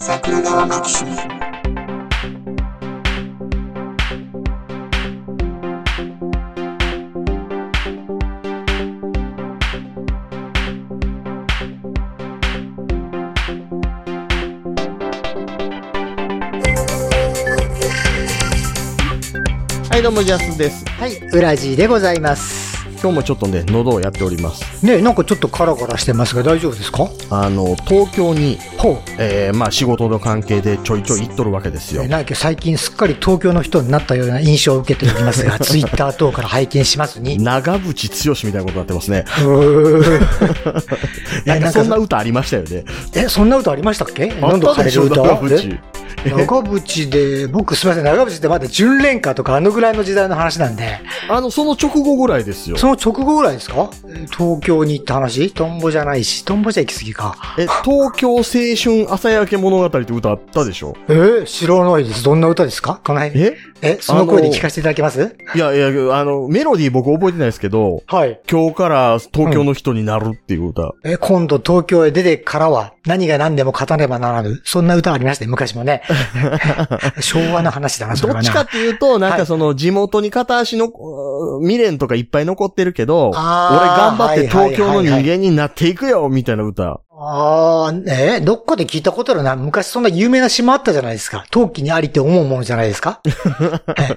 桜川マキシムはいどうもジャスですはい、裏地でございます。今日もちょっとね喉をやっておりますねなんかちょっとカラカラしてますが大丈夫ですかあの東京に、ほう。えーまあ仕事の関係でちょいちょい行っとるわけですよえなんか最近すっかり東京の人になったような印象を受けております が、ツイッター等から拝見しますに。長渕剛みたいなことになってますね。うーんいなやんなかんかそんな歌ありましたよね。 え、そんな歌ありましたっけあ何っ度たかでれしるょ、歌長渕。え長渕で、僕すみません、長渕ってまだ純恋歌とかあのぐらいの時代の話なんで、あの、その直後ぐらいですよ。その直後ぐらいですか東京に行った話トンボじゃないし、トンボじゃ行き過ぎか。え、東京青春朝焼け物語って歌あったでしょえー知らないです。どんな歌ですかこの辺。ええ、その声で聞かせていただけますいやいや、あの、メロディー僕覚えてないですけど、はい。今日から東京の人になるっていう歌。え、今度東京へ出てからは何が何でも勝たねばならぬ。そんな歌ありましたね、昔もね。昭和の話だな、それどはっな。ちかっていうと、なんはかいその地元に片足の、うー未練とかいっぱい残ってるけど、俺あ頑ー張って東京のはい人はいはいはい間になっていくよ、みたいな歌。ああ、えどっかで聞いたことあるな。昔そんな有名な島あったじゃないですか。陶器にありって思うものじゃないですか。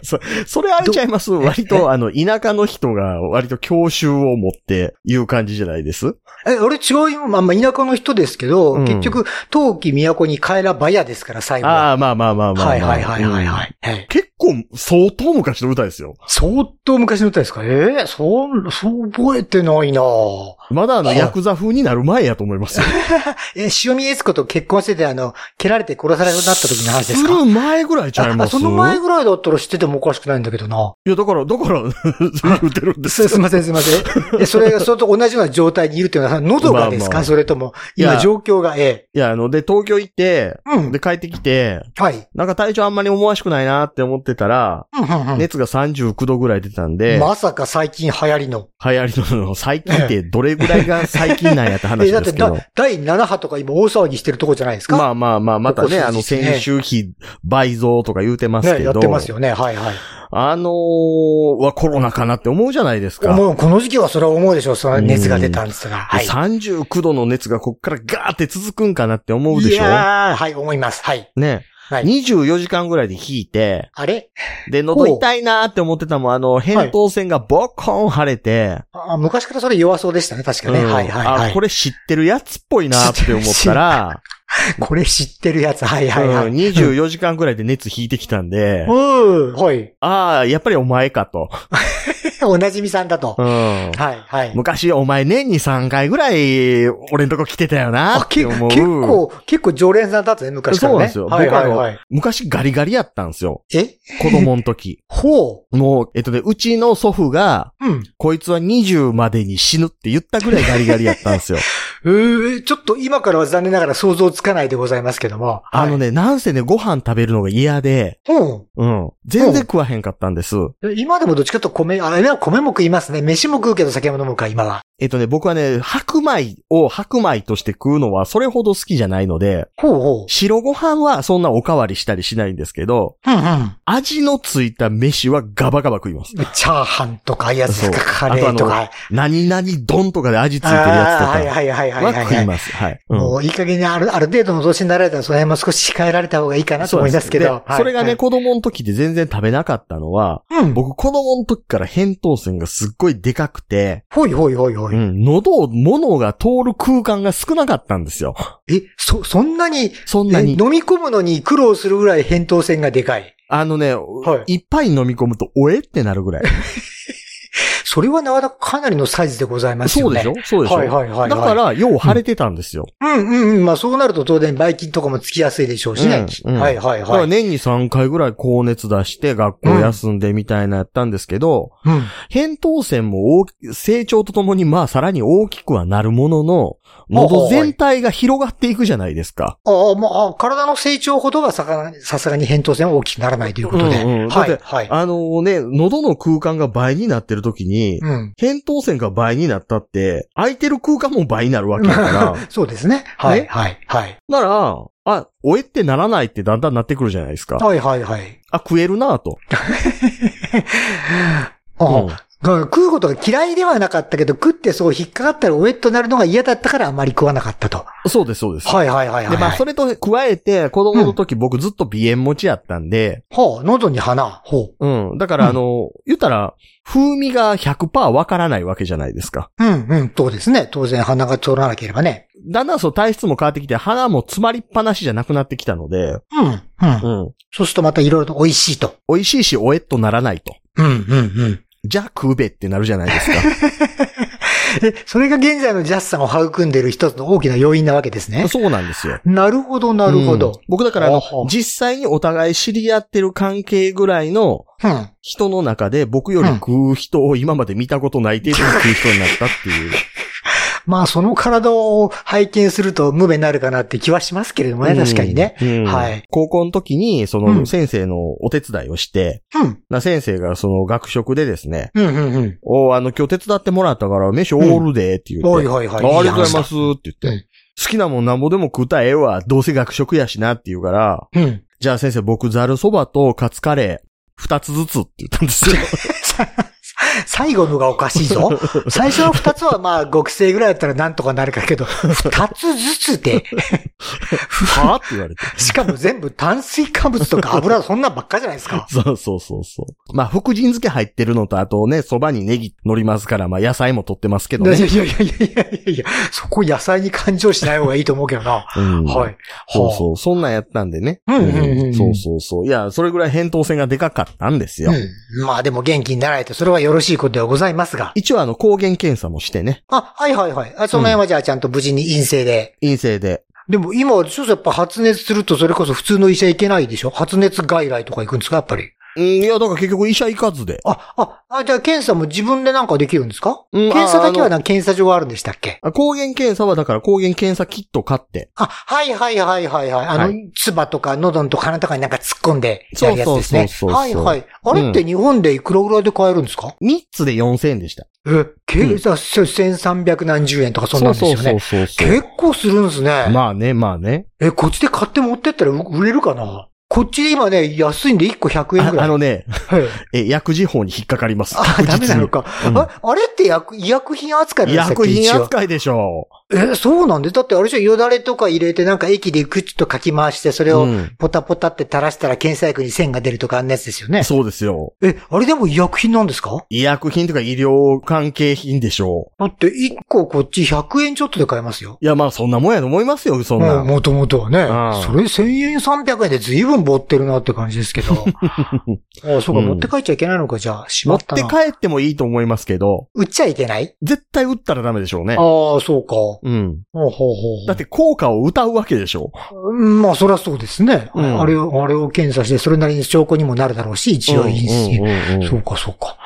そそれあれちゃいます割と、あの、田舎の人が割と教習を持って言う感じじゃないですえ、俺違うよ。まあ、まあ、田舎の人ですけど、うん結局、陶器都に帰らばやですから、最後は。ああ、まあまあまあまあまあ。はいはいはいはいはい。え結構、相当昔の歌ですよ。相当昔の歌ですかえー、そう、そう覚えてないなぁ。まだあの、はいヤクザ風になる前やと思い ますよ。えー、塩見悦子と結婚してて、あの、蹴られて殺されそうになった時の話ですかる前ぐらいちゃいあまあすその前ぐらいだったら知っててもおかしくないんだけどな。いや、だから、だから、 言ってるんですす、 よ。すいません、すいません。 え、それが、それと同じような状態にいるっていうのは、喉がですか、まあまあそれとも、い今や状況が、えいや、あの、で、東京行って、えうん。で、帰ってきて、はい。なんか体調あんまり思わしくないなって思ってたら、うんうんうん熱が39度ぐらい出たんで、まさか最近流行りの。流行りの最近ってどれぐらいが最近なんやってえ、話だでってすけどだ。、第7波とか今大騒ぎしてるとこじゃないですか。まあまあまあ、またね、ここ数日ねあの、先週比倍増とか言うてますね、けやっど、てますよね。はいはい。あのー、はコロナかなって思うじゃないですか。もう、この時期はそれは思うでしょう。その熱が出たんですから。ではい。 39度の熱がこっからガーって続くんかなって思うでいしょやー、はい、思います。はい。ね。はい24時間ぐらいで引いて、あれで、喉痛いなーって思ってたもん、あの、扁桃腺がボッコーン腫れて、あ昔からそれ弱そうでしたね、確かね。うんはいはいはあ、い。これ知ってるやつっぽいなーって思ったら、これ知ってるやつ。はいはいはうんい。 24時間ぐらいで熱引いてきたんで、うん。はい。 ああ、やっぱりお前かと。おなじみさんだと。うんはいはい。昔お前年に3回ぐらい俺んとこ来てたよなあっけて結思う。構、結構常連さんだったね、昔からね。そうなんですよはいはい僕はい。昔ガリガリやったんですよ。え。子供の時 ほもう、えっとね、うちの祖父が、う。うん。こいつは20までに死ぬって言ったぐらいガリガリやったん ですよ。えー、ちょっと今からは残念ながら想像つかないでございますけども。あのね。ね、なんせね、ご飯食べるのが嫌で、うん。うん。全然食わへんかったんです。え今でもどっちかというと米、あれは米も食いますね。飯も食うけど酒も飲むか、今は。えっとね、僕はね、白米を白米として食うのはそれほど好きじゃないので、ほうほ白ご飯はそんなおかわりしたりしないんですけど、う。うんうん。味のついた飯はガバガバ食います。チャーハンとか、ああいうやつですか、そうカレーとあか。何々丼とかで味ついてるああーはいやはいはいつはいとはいかはい。は食います。はい。うんもういい加減にある、ある程度の年になられたら、その辺も少し控えられた方がいいかなとそう思ないんますけでど。はいそれがね、、子供の時で全然食べなかったのは、はいうん。僕子供の時から扁桃腺がすっごいでかくて、ほいほいほいほうい。ん、喉を、物が通る空間が少なかったんですよ。え、そ、そんなに、そんなえに。飲み込むのに苦労するぐらい扁桃腺がでかい。あのね、、はいっぱい飲み込むと、おえってな るぐらい。それはなかなかかなりのサイズでございますそようね。でしょそうでしょ、はいはいはいはいだから、よう腫れてたんですよ。うんうんうん。まあそうなると当然、ばい菌とかもつきやすいでしょうしね。うんうんはいはいだからはい。年に3回ぐらい高熱出して学校休んでみたいなやったんですけど、うん。扁桃腺も大き成長とともにまあさらに大きくはなるものの、喉全体が広がっていくじゃないですか。ああ、まああ、体の成長ほどはさかさすがに扁桃腺は大きくならないということで。うんうんはだっい、てはい。あのね、喉の空間が倍になってる時に、うん。扁桃腺が倍になったって、空いてる空間も倍になるわけだ から、そうですね。はい、ねはい、はい。なら、あ、おえってならないってだんだんなってくるじゃないですか。はい、はい、はい。あ、食えるなぁと。ああうんが食うことが嫌いではなかったけど、食ってそう引っかかったらおえっとなるのが嫌だったからあまり食わなかったと。そうです、そうです。はいはいはいはい、はい。で、まあ、それと加えて、子供の時僕ずっと鼻炎持ちやったんで、ほう、喉に花。ほうん。だから、あの、言ったら、風味が100%わからないわけじゃないですか。う。うんうん、そうですね。当然鼻が通らなければね。だんだんそう体質も変わってきて、鼻も詰まりっぱなしじゃなくなってきたので、うん、うん。うん。そうするとまたいろいろと美味しいと。美味しいし、おえっとならないと。うん、うん、うん。じゃあ食うべってなるじゃないですか。え、それが現在のジャスさんを育んでいる一つの大きな要因なわけですね。そうなんですよ。なるほ ど、なるほうんど。僕だからあのほうほう実際にお互い知り合ってる関係ぐらいのうん。人の中で僕より食う人を今まで見たことない程度に食う人になったっていう。まあ、その体を拝見すると無名になるかなって気はし ますけれどもね、確かにね。うん。うんはい高校の時に、そうんの先生のお手伝いをして、うん。な先生がその学食でですね、うん、うん、うん。おあの、今日手伝ってもらったから、飯おごるで、って言って、はいはいはい。。あありがとうございますすって言うっんて、好きなもんなんぼでも食うたらええわ、どうせ学食やしなって言うから、うん。じゃあ先生僕ザルそばとカツカレー、二つずつって言ったんですよ。最後のがおかしいぞ。最初の二つはまあ、極性ぐらいだったらなんとかなるかけど、二つずつで、 はぁって言われて。しかも全部炭水化物とか油、そんなんばっかじゃないですか。 そうそうそうそう。まあ、福神漬け入ってるのと、あとね、そばにネギ乗りますから、まあ、野菜も取ってますけどいやいね。やいやいやいやいやいや、そこ野菜に感情しない方がいいと思うけどな。うん。はい。そうはそう。そんなんやったんでね。うんうんうんうんそうそうそう。いや、それぐらい扁桃腺がでかかったんですよ。あうん。まあでも元気になられて、それはよろしいことではございますが。一応、あの、抗原検査もしてね。あ、はいはいはい。あその辺はじゃあちゃんと無事に陰性で。陰性で。でも今は、ちょっとやっぱ発熱するとそれこそ普通の医者行けないでしょ発熱外来とか行くんですかやっぱり。うん、いや、だから結局医者行かずで。あ、あ、あ、じゃあ検査も自分でなんかできるんですか、うん検査だけはあなんか検査場があるんでしたっけあ抗原検査は、だから抗原検査キット買って。あ、はいはいはいはいはい。あの、は唾とか喉とか鼻とかになんか突っ込んでやるやつですね。そうそうそうそうはいはい。あれって日本でいくらぐらいで買えるんですか、 3つで4000円でした。え、計算、1300何十円とかそんなんですよね。そうそうそうそう。結構するんですね。まあね、まあね。え、こっちで買って持ってったらう売れるかなこっちで今ね、安いんで1個100円あぐらい。あのね、はいえ、薬事法に引っかかります。あ、ダメなのか。か。うんああれって薬医薬品扱いなんでしたっ薬け品一応扱いでしょえ、そうなんでだってあれじゃよだれとか入れてなんか液でくっとかき回して、それう。をうんポタポタって垂らしたら検査薬に線が出るとかあんなやつですよね。そうですよ。え、あれでも医薬品なんですか医薬品とか医療関係品でしょだって1個こっち100円ちょっとで買えますよ。う。いや、まあそんなもんやと思いますよ、そんなもん。もともとはね。うんそれ1000円300円で随分持ってるなって感じですけ ど。あそうか、うん持って帰っちゃいけないのか、じゃあ。しま持っったな。て帰ってもいいと思いますけど、売っちゃいけない絶対打ったらダメでしょうね。ああ、そうか。ほうん。うほうほうだって効果を歌うわけでしょうんまあ、そりゃそうですね、うんあれを、あれを検査して、それなりに証拠にもなるだろうし、一応いいし、うんうんうんそうか、そうか。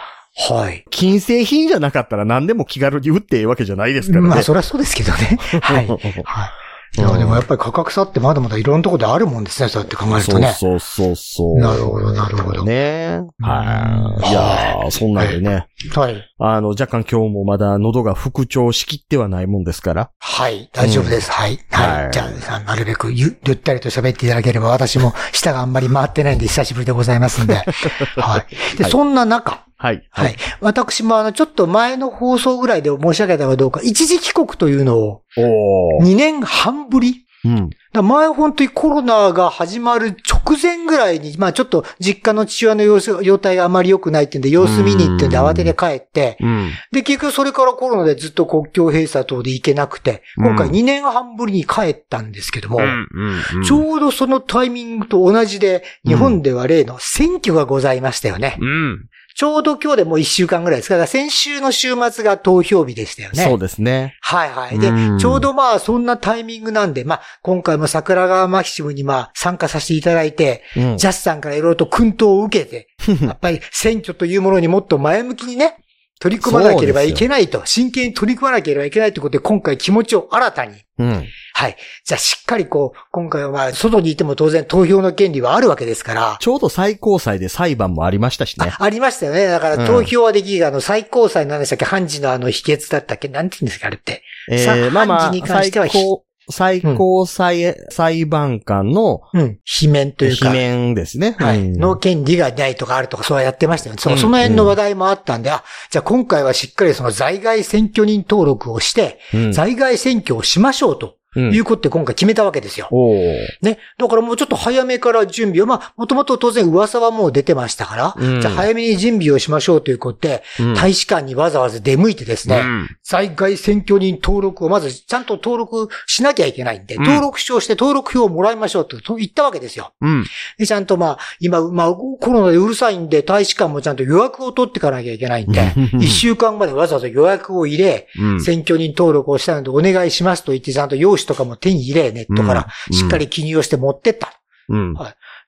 はい。金製品じゃなかったら何でも気軽に打っていいわけじゃないですからね。まあ、そりゃそうですけど ね。はい。はい。いや、でもやっぱり価格差ってまだまだいろんなところであるもんですね、そうやって考えるとね。そうそうそうそう。なるほど、なるほど。ねははいい。いやーそんなんでね。はい。あの、若干今日もまだ喉が復調しきってはないもんですから。はい。大丈夫です。はい。は。はいいじゃあ、なるべくゆ、ゆったりと喋っていただければ、私も舌があんまり回ってないんで、久しぶりでございますん で。はい。で、はいそんな中。はい。はい。。私もあの、ちょっと前の放送ぐらいで申し上げたかどうか、一時帰国というのをおー。 2年半ぶりうん。だ前本当にコロナが始まる直前ぐらいに、まあちょっと実家の父親の様子、容体があまり良くないってんで、様子見に行ってんでうん慌てて帰って、うん。で、結局それからコロナでずっと国境閉鎖等で行けなくて、うん今回2年半ぶりに帰ったんですけども、うんちょうどそのタイミングと同じで、日本では例の選挙がございましたよね。うん。ちょうど今日でもう1週間ぐらいですから、先週の週末が投票日でしたよね。そうですね。はいはい。で、うんちょうどまあそんなタイミングなんで、まあ今回も桜川マキシムにまあ参加させていただいて、うん。 ジャスさんからいろいろと薫陶を受けて、やっぱり選挙というものにもっと前向きにね、取り組まなければいけないと、真剣に取り組まなければいけないということで、今回気持ちを新たに、うん。はい。じゃあしっかりこう、今回はまあ、外にいても当然投票の権利はあるわけですから、ちょうど最高裁で裁判もありましたしねあ。ありましたよね。だかうんら投票はできるが、あの、最高裁の何でしたっけ判事のあの秘訣だったっけなんて言うんですかあれって。さえー、まあまあ判事に、関し最ては高、最高裁、裁判官のうん。罷免という罷か。免ですね。はうい。んの権利がないとかあるとか、そうやってましたよね。そうんうその辺の話題もあったんで、あ、じゃあ今回はしっかりその在外選挙人登録をして、うん在外選挙をしましょうとうんいうことで今回決めたわけですよ。おーね。だからもうちょっと早めから準備を、まあ、もともと当然噂はもう出てましたから、うんじゃあ早めに準備をしましょうということで、うん大使館にわざわざ出向いてですね、うん在外選挙人登録をまずちゃんと登録しなきゃいけないんで、うん登録証して登録票をもらいましょうとと言ったわけですよ。うん。、で、ちゃんとまあ、今、まあ、コロナでうるさいんで、大使館もちゃんと予約を取っていかなきゃいけないんで 一週間までわざわざ予約を入れ、うん選挙人登録をしたのでお願いしますと言って、ちゃんと用紙とかも手に入れ、ネットからうんしっかり記入をして持ってった。うん。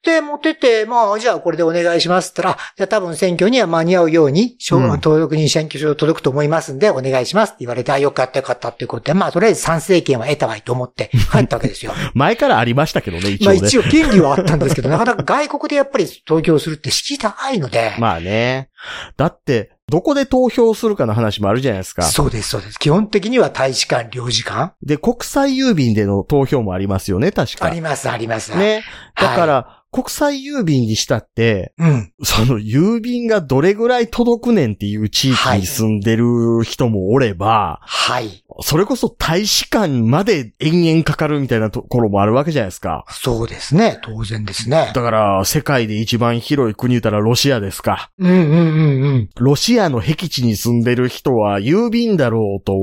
で、持ってって、まあ、じゃあこれでお願いしますって言ったら、じゃあ多分選挙には間に合うように、証うん登録人選挙証届くと思いますんで、お願いしますって言われて、あ、よかったよかったっていうことで、まあ、とりあえず賛成権は得たわいと思 って帰ったわけですよ。前からありましたけどね、一まあ応ね。一応権利はあったんです けど、なかなか外国でやっぱり投票するって敷居高いので、まあね。だって、どこで投票するかの話もあるじゃないですか。そうです、そうです。基本的には大使館、領事館、で、国際郵便での投票もありますよね、確あか。ります、あります。。ね。だから、国際郵便にしたって、うん。その郵便がどれぐらい届くねんっていう地域に住んでる人もおれば、はい。それこそ大使館まで延々かかるみたいなところもあるわけじゃないですか。そうですね。当然ですね。だから、世界で一番広い国言ったらロシアですか。うんうんうんうん。ロシアの僻地に住んでる人は郵便だろうと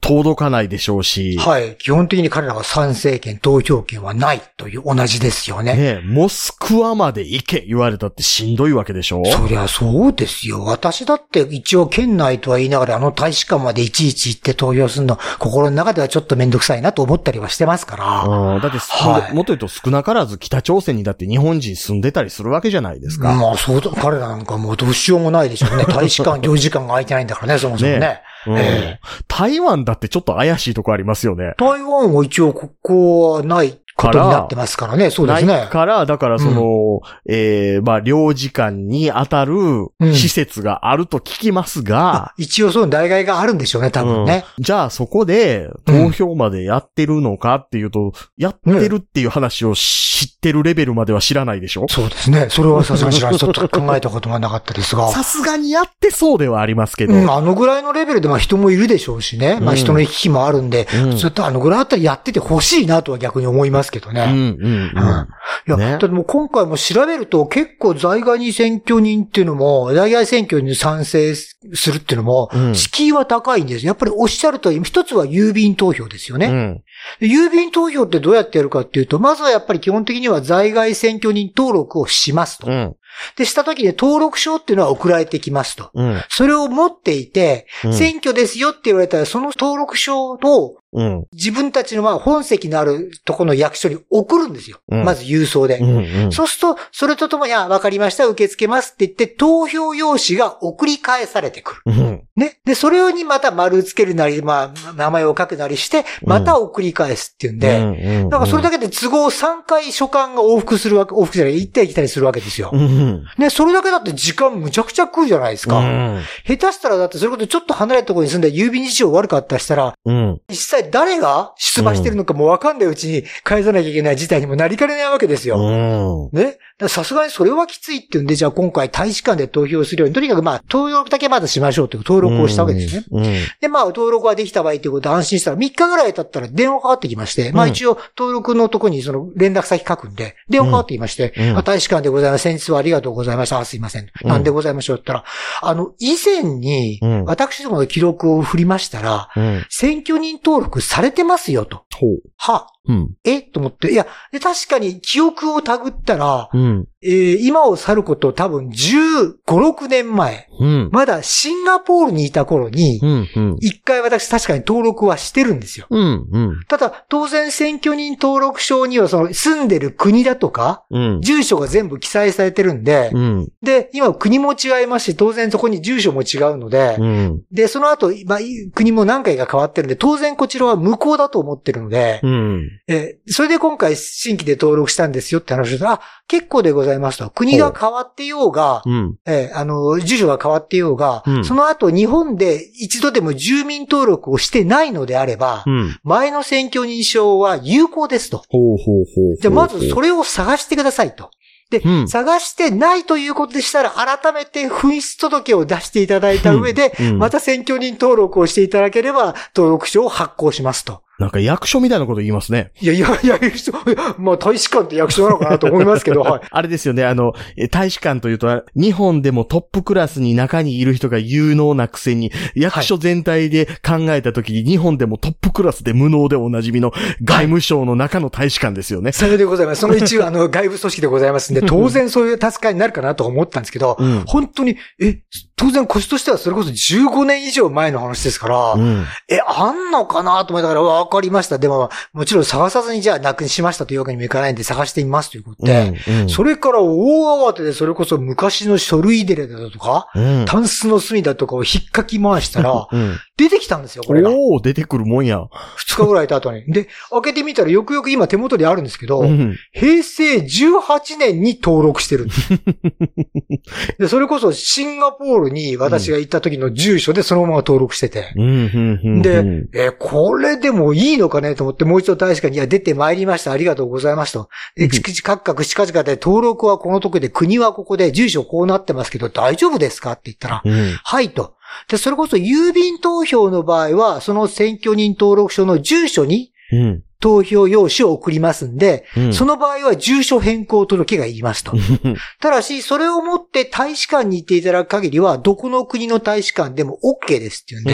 届かないでしょうし、はい。基本的に彼らは賛成権、投票権はないという同じですよね。ねえモスクワまで行け言われたってしんどいわけでしょそりゃそうですよ。私だって一応県内とは言いながらあの大使館までいちいち行って投票するの、心の中ではちょっとめんどくさいなと思ったりはしてますから。うんだって、はいもっと言うと少なからず北朝鮮にだって日本人住んでたりするわけじゃないですか。まあそうだ、彼らなんかもうどうしようもないでしょう ね。大使館、領事館が空いてないんだからね、そもそもね。ねうんええ台湾だってちょっと怪しいとこありますよね。台湾は一応ここはないことになってますからね、そうでなすねい。から、だからその、ええまあ、領事館に当たるん施設があると聞きますが、一応その代替があるんでしょうね、多分ね。じゃあそこで投票までやってるのかっていうと、やってるっていう話を知ってるレベルまでは知らないでしょそうですね。それはさすがに知らんちょっと考えたことがなかったです が。さすがにやってそうではありますけど。うん、あのぐらいのレベルで、まあ人もいるでしょうしね。まうあん人の行き来もあるんで、うんずっとあのぐらいあったらやっててほしいなとは逆に思いますけどうね。ん、うん、うんうん。いや、ねだってもう今回も調べると結構在外に選挙人っていうのも、在外選挙に賛成するっていうのもうん、敷居は高いんです。やっぱりおっしゃると一つは郵便投票ですよね。うんで郵便投票ってどうやってやるかっていうと、まずはやっぱり基本的には在外選挙人登録をしますと。うん。で、した時に登録証っていうのは送られてきますと。うん。それを持っていて、うん選挙ですよって言われたら、その登録証をうん。自分たちのまあ本籍のあるとこの役所に送るんですよ。うんまず郵送で。うん。そうすると、それとともに、あ、わかりました、受け付けますって言って、投票用紙が送り返されてくる。うん。ね。で、それにまた丸つけるなり、まあ、名前を書くなりして、また送り返すっていうんで、うん、だからそれだけで都合3回書簡が往復するわけ、往復じゃない、行ったり来たりするわけですよう。ん。ね、それだけだって時間むちゃくちゃ食うじゃないですか。うん。下手したらだってそれこそちょっと離れたところに住んで郵便事情悪かったりしたら、うん。実際誰が出馬してるのかもわかんないうちに返さなきゃいけない事態にもなりかねないわけですよ。うん。ね。だからさすがにそれはきついっていうんで、じゃあ今回大使館で投票するように、とにかくまあ、登録だけまずしましょうという登録をしたわけですね。ね。で、まあ、登録ができた場合ということで安心したら、3日ぐらい経ったら電話かかってきまして、まあうん一応、登録のとこにその連絡先書くんで、電話かかってきまして、うんうんあ大使館でございます。先日はありがとうございました。あすいません。うんなんでございましょうって言ったら、あの、以前にうん、私どもの記録を振りましたら、うん。選挙人登録されてますよと。ほう。は、うん。えと思って。いや、で確かに記憶をたぐったら、うん。えー今を去ること多分15、6年前。うん。まだシンガポールにいた頃にう、ん。うん。一回私確かに登録はしてるんですよ。うん。うん。ただ、当然選挙人登録証にはその住んでる国だとか、うん。住所が全部記載されてるんで、うん。で、今国も違いますし、当然そこに住所も違うので、うん。で、その後、まあ、い国も何回か変わってるんで、当然こちらは無効だと思ってるので、うん。えーそれで今回新規で登録したんですよって話をしたら、あ、結構でございますと。国が変わってようが、うん。えーあの、住所が変わってようが、うんその後日本で一度でも住民登録をしてないのであれば、うん。前の選挙認証は有効ですと。ほうほうほう。じゃあまずそれを探してくださいと。で、うん探してないということでしたら、改めて紛失届を出していただいた上で、うんうんまた選挙人登録をしていただければ、登録証を発行しますと。なんか役所みたいなこと言いますね。いや、いや、 いや、役所、いやまあ、大使館って役所なのかなと思いま すけど、はい。あれですよね、あの、え大使館というと、日本でもトップクラスに中にいる人が有能なくせに、役所全体で考えたときに、日本でもトップクラスで無能でおなじみの外務省の中の大使館ですよね。さようでございます。その一部、あの、外部組織でございますんで、当然そういう助かりになるかなと思ったんですけど、うん。本当に、え、当然腰としてはそれこそ15年以上前の話ですから、うん。え、あんのかなと思いながら、わかりました。でも、もちろん探さずに、じゃあ、なくしましたというわけにもいかないんで、探してみますということで、うん、それから大慌てで、それこそ昔の書類入れだとか、うん。タンスの隅だとかを引っかき回したら、うん。出てきたんですよ、これが。おー、出てくるもんや。二日ぐらい経ったに。で、開けてみたらよくよく今手元にあるんですけど、うん。平成18年に登録してるんです。で、それこそシンガポールに私が行った時の住所でそのまま登録してて。うん、うん、うん。で、えーこれでもいいのかねと思って、もう一度大使館に、いや、出てまいりました。ありがとうございますと。うで、んちくちかっかくしかじかで、登録はこの時で、国はここで、住所こうなってますけど、大丈夫ですかって言ったら、うん。はいと。で、それこそ郵便投票の場合は、その選挙人登録書の住所にうん。投票用紙を送りますんで、うん。その場合は住所変更届がいり ますと。うんただし、それを持って大使館に行っていただく限りは、どこの国の大使館でも OK ですっていうん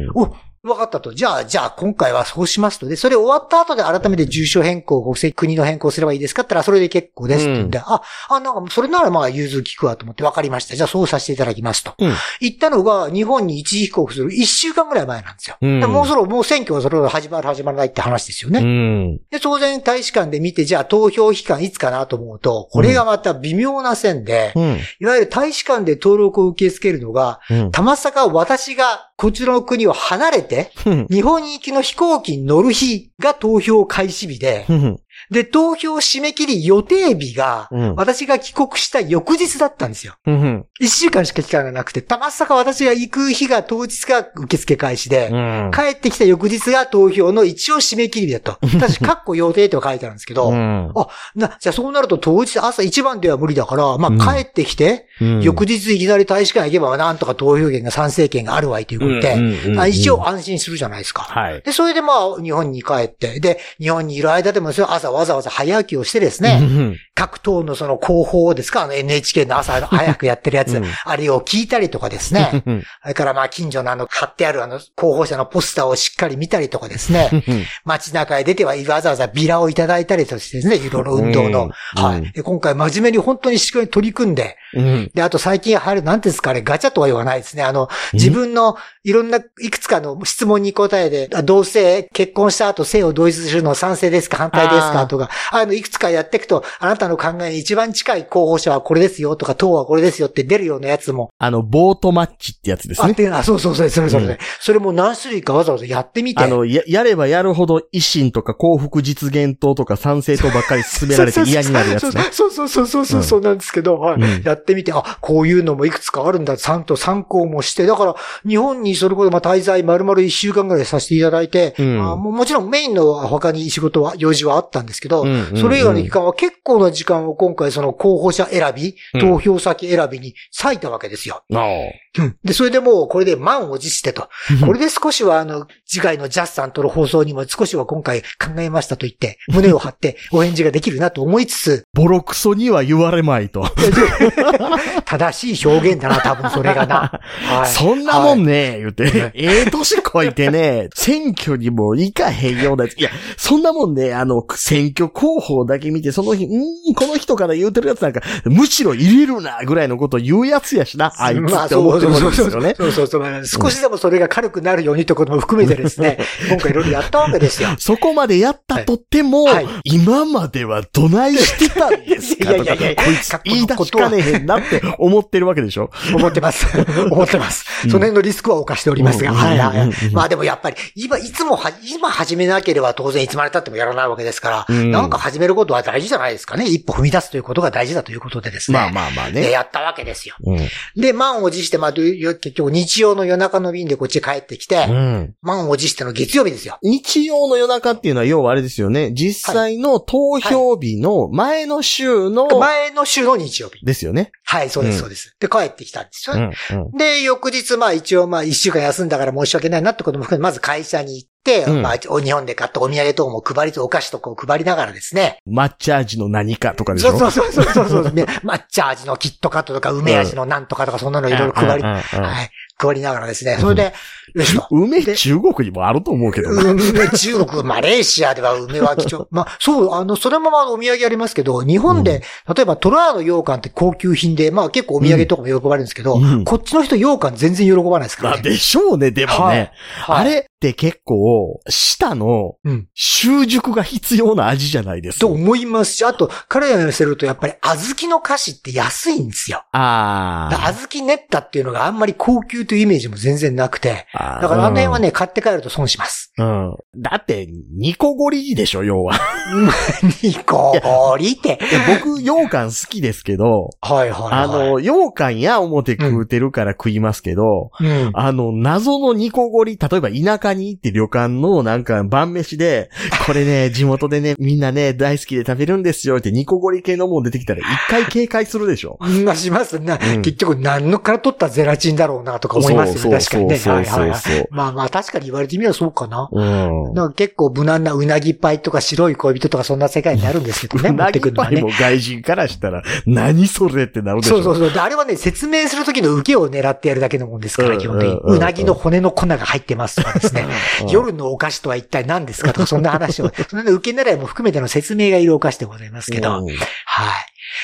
うで、ん。お、わかったと。じゃあ、じゃあ今回はそうしますと。で、それ終わった後で改めて住所変更、国籍国の変更すればいいですかって言ったら、それで結構ですって言うんで、あ、あ、なんかそれならまあ融通聞くわと思って、わかりました。じゃあそうさせていただきますと。うん行ったのが、日本に一時帰国する1週間ぐらい前なんですよ。うんでもうそろ、もう選挙はそれほど始まる始まらないって話ですよね。うん。で、当然大使館で見て、じゃあ投票期間いつかなと思うと、これがまた微妙な線で、うん。いわゆる大使館で登録を受け付けるのが、うん。たまさか私がこちらの国を離れて、うん。日本行きの飛行機に乗る日が投票開始日で、うん。で、投票締め切り予定日が、私が帰国した翌日だったんですよ。うん。一週間しか期間がなくて、たまさか私が行く日が当日が受付開始で、うん。帰ってきた翌日が投票の一応締め切り日だと。私、かっこ予定とは書いてあるんですけど、うんな、じゃあそうなると当日朝一番では無理だから、まうんあ帰ってきて、うん翌日いきなり大使館行けばなんとか投票権が賛成権があるわいということで、うんうんうんあ一応安心するじゃないですか。はい。で、それでまあ、日本に帰って、で、日本にいる間でも、それ朝わざわざ早起きをしてですね、ね。各党のその広報ですか、あの NHK の朝早くやってるや つ、うんあれを聞いたりとかで すね、うんそれからまあ、近所のあの、貼ってあるあの、広報者のポスターをしっかり見たりとかですね、街中へ出てはわざわざビラをいただいたりとかしてですね、いろいろ運動の。うんはうんい。で今回真面目に本当にしっかり取り組んで、うん。で、あと最近入る、なんていうんですか、あれ、ガチャとは言わないですね。あの、ん自分のいろんな、いくつかの質問に答えて、あ同性、結婚した後性を同一するのは賛成ですか反対ですあーかとか、あの、いくつかやっていくと、あなたの考えに一番近い候補者はこれですよとか、党はこれですよって出るようなやつも、あの、ボートマッチってやつですあっね。ていうのは、そうそうそう、それそれそれ、うそれも何種類かわざわざやってみて。あの、や、やればやるほど維新とか幸福実現党とか賛成党ばっかり進められて嫌になるやつね。そうそうそうそうそうう、んそうなんですけど、はいうんやってみて、あ、こういうのもいくつかあるんだ、ちゃんと参考もして、だから、日本にそれこそ、まあ、滞在丸々1週間ぐらいさせていただいて、うんあもうもちろんメインの他に仕事は、用事はあったんんですけど、うんうんそれ以外の期間は結構な時間を今回その候補者選びう、ん投票先選びに割いたわけですよ。なあで、それでもうこれで満を持してとう。んこれで少しはあの、次回のジャスさんとの放送にも少しは今回考えましたと言って、胸を張ってお返事ができるなと思いつつ、 ボロクソには言われまいと。正しい表現だな、多分それがな。は い。そんなもんね、言うはて。ええ年こいてね、選挙にも行かへんようなやつ。いや、そんなもんね、あの、選挙候補だけ見て、その日、うーん、この人から言うてるやつなんか、むしろ入れるな、ぐらいのこと言うやつやしな、あいつって思ってるんですよね。そうそうそうそうそうそう。少しでもそれが軽くなるようにところも含めてですね、今回いろいろやったわけですよ。そこまでやったとっても、はいは今まではど ないしてたんですかいやといやか、いやいやこいつ言い出しかねへんなって思ってるわけでしょ思っ てます。思ってます。その辺のリスクは犯しておりますが、うんはいはいはうんいうんうん。まあでもやっぱり、今、いつもは、今始めなければ当然いつまで経ってもやらないわけですから、うんなんか始めることは大事じゃないですかね。一歩踏み出すということが大事だということでですね。まあまあまあでね。やったわけですよ。うん。で、満を持して、まあ、どういう結局日曜の夜中の便でこっち帰ってきて、うん。満を持しての月曜日ですよ。日曜の夜中っていうのは、要はあれですよね。実際の投票日の前の週の、前の週の日曜日。ですよね。はい、そうでうんす、そうです。で、帰ってきたんですよ。うんで、翌日、まあ一応まあ一週間休んだから申し訳ないなってことも含めて、まず会社に行って、うんまあお日本で買ったお土産等も配りとお菓子とかを配りながらですね。抹茶味の何かとかでしそょうそうそうそうそうそう、ね。抹茶味のキットカットとか、梅味のなんとかとか、そんなのいろいろ配り、うんうんうんはい、配りながらですね。それで、よいしょ。梅中国にもあると思うけどな。梅、中国、マレーシアでは梅は貴重。まあ、そう、あの、それもまあお土産ありますけど、日本で、例えばトラーの羊羹って高級品で、まあ結構お土産とかも喜ばれるんですけど、うんこっちの人羊羹全然喜ばないですかまらあね。でしょうね、でもはねい。あれって結構、舌のうん。習熟が必要な味じゃないですかと。思いますし、あと、彼らに寄せるとやっぱり小豆の菓子って安いんですよ。あだから小豆練ったっていうのがあんまり高級というイメージも全然なくて、あ。だからあの辺はね。ね、買って帰ると損します。 うん。だって、ニコゴリでしょ、要は。 ニコゴリって。いや僕、羊羹好きですけど、はいはいはい。あの、羊羹や表食うてるから食いますけど、うん、。あの、謎のニコゴリ、例えば田舎に行って旅館のなんか晩飯で、これね、地元でね、みんなね、大好きで食べるんですよってニコゴリ系のもん出てきたら一回警戒するでしょうんなしますな、うん結局何のから取ったゼラチンだろうなとか思いますよね。確かにね。はいはいはい。そう。まあまあ確かに言われてみればそうかな。うん。なんか結構無難なうなぎパイとか白い恋人とかそんな世界になるんですけどね。う持っなぎてくるのパはイねも。外人からしたら、何それってなるでしょ。そうそうそう。であれはね、説明するときの受けを狙ってやるだけのもんですかうら、ん基本的にう。んうんうなぎの骨の粉が入ってますとかで すね。うん夜のお菓子とは一体何ですかとか、そんな 話を、そんな受け狙いも含めての説明がいるお菓子でございますけど。うんはい。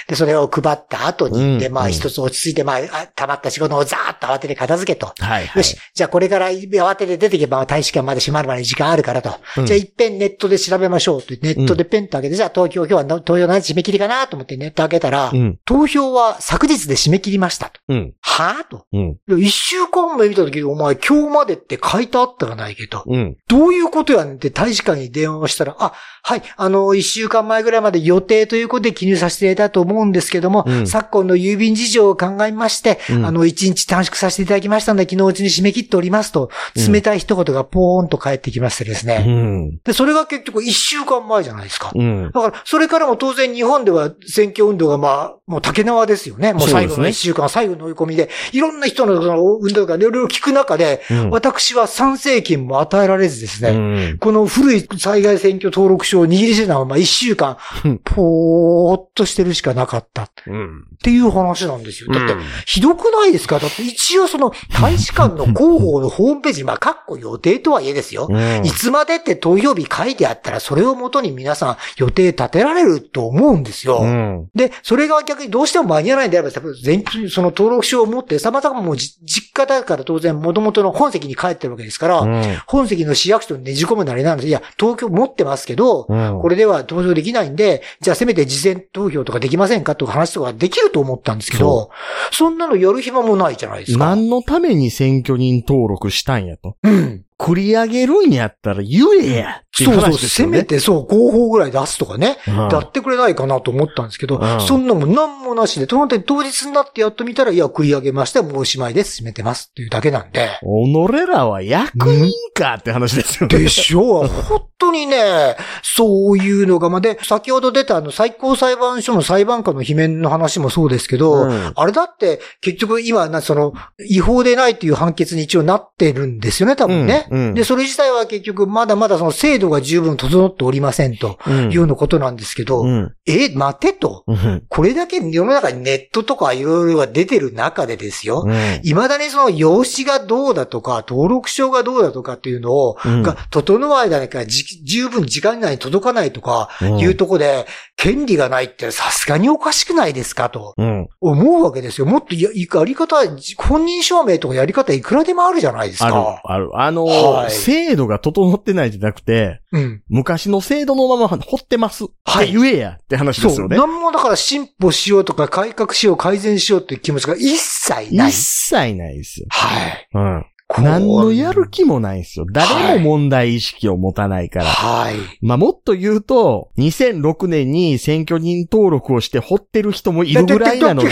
で、それを配った後に、うんで、まうあん一つ落ち着いて、まあ、あ溜まった仕事をざーっと慌てて片付けと。はいはい。よし。じゃあこれから慌てて出てけば大使館まで閉まるまで時間あるからと。うんじゃあ一遍ネットで調べましょうと。ネットでペンと開けて、じゃあ東京今日はな投票何時締め切りかなと思ってネット開けたら、うん。投票は昨日で締め切りましたと。うん。はぁと。うん。いや一週間前見た時、お前今日までって書いてあったらないけど、うん。どういうことやねんって大使館に電話をしたら、あ、はい、あの、一週間前ぐらいまで予定ということで記入させていただいたと思うんですけども、うん昨今の郵便事情を考えまして、うんあの、一日短縮させていただきましたので、昨日うちに締め切っておりますと、うん冷たい一言がポーンと返ってきましてですうね。ん。で、それが結局一週間前じゃないですか。うん。だから、それからも当然日本では選挙運動がまあ、もう竹縄ですよね。もう最後そうでのすね一週間、最後の追い込みで、いろんな人のその運動がいろいろ聞く中で、うん私は参政権も与えられずですね、うんこの古い災害選挙登録書を握りしてたまま一週間うん、ぽーっとしてるしかなかったっうん。ていう話なんですよ。だってうん、ひどくないですかだって一応その大使館の広報のホームページ、まあ、かっこ予定とはいえですよ。うんいつまでって投票日書いてあったら、それをもとに皆さん予定立てられると思うんですよ。うん。で、それが逆にどうしても間に合わないんであれば、多分全その登録証を持って、さまざまもうじ実家だから当然元々の本籍に帰ってるわけですから、うん本籍の市役所にねじ込むなりなんです。いや、東京持ってますけど、うんこれでは投票できないんで、じゃあせめて事前投票とかできませんかとか話とかできると思ったんですけど、そんなのやる暇もないじゃないですか。何のために選挙人登録したんやと。うん。繰り上げるんやったら言えやっていそううそ話う、ですせよめね。てそう、合法ぐらい出すとかね。うんやってくれないかなと思ったんですけど、うんそんなもん何もなしで、当日当日になってやっと見たら、いや、食い上げまして、もうおしまいです、閉めてますっていうだけなんで。己らは役人かって話ですよね。でしょう本当にね、そういうのが、まあ、で、先ほど出たあの、最高裁判所の裁判官の罷免の話もそうですけうど、んあれだって、結局今な、その、違法でないという判決に一応なってるんですよね、多分ね。うんうんで、それ自体は結局、まだまだその制度が十分整っておりませんとうんいうようなことなんですけど、うんえ、待てと。うんこれだけ世の中にネットとかいろいろが出てる中でですよ。うん未だにその用紙がどうだとか、登録証がどうだとかっていうのを、うんが整わないからじ十分時間以内に届かないとか、いうとこで、権利がないってさすがにおかしくないですかとうん思うわけですよ。もっとややり方、じ本人証明とかやり方いくらでもあるじゃないですあるか。、ある。あのはー、い制度が整ってないじゃなくて、うん。昔の制度のまま掘ってます。ははいい。言えやって話ですそよう。ね。なんもだから進歩しようとか改革しよう、改善しようっていう気持ちが一切ない一。切ないですよ。はい。うん。こう何のやる気もないですよ。誰も問題意識を持たないから。はい。まあ、もっと言うと、2006年に選挙人登録をして掘ってる人もいるぐらいなので、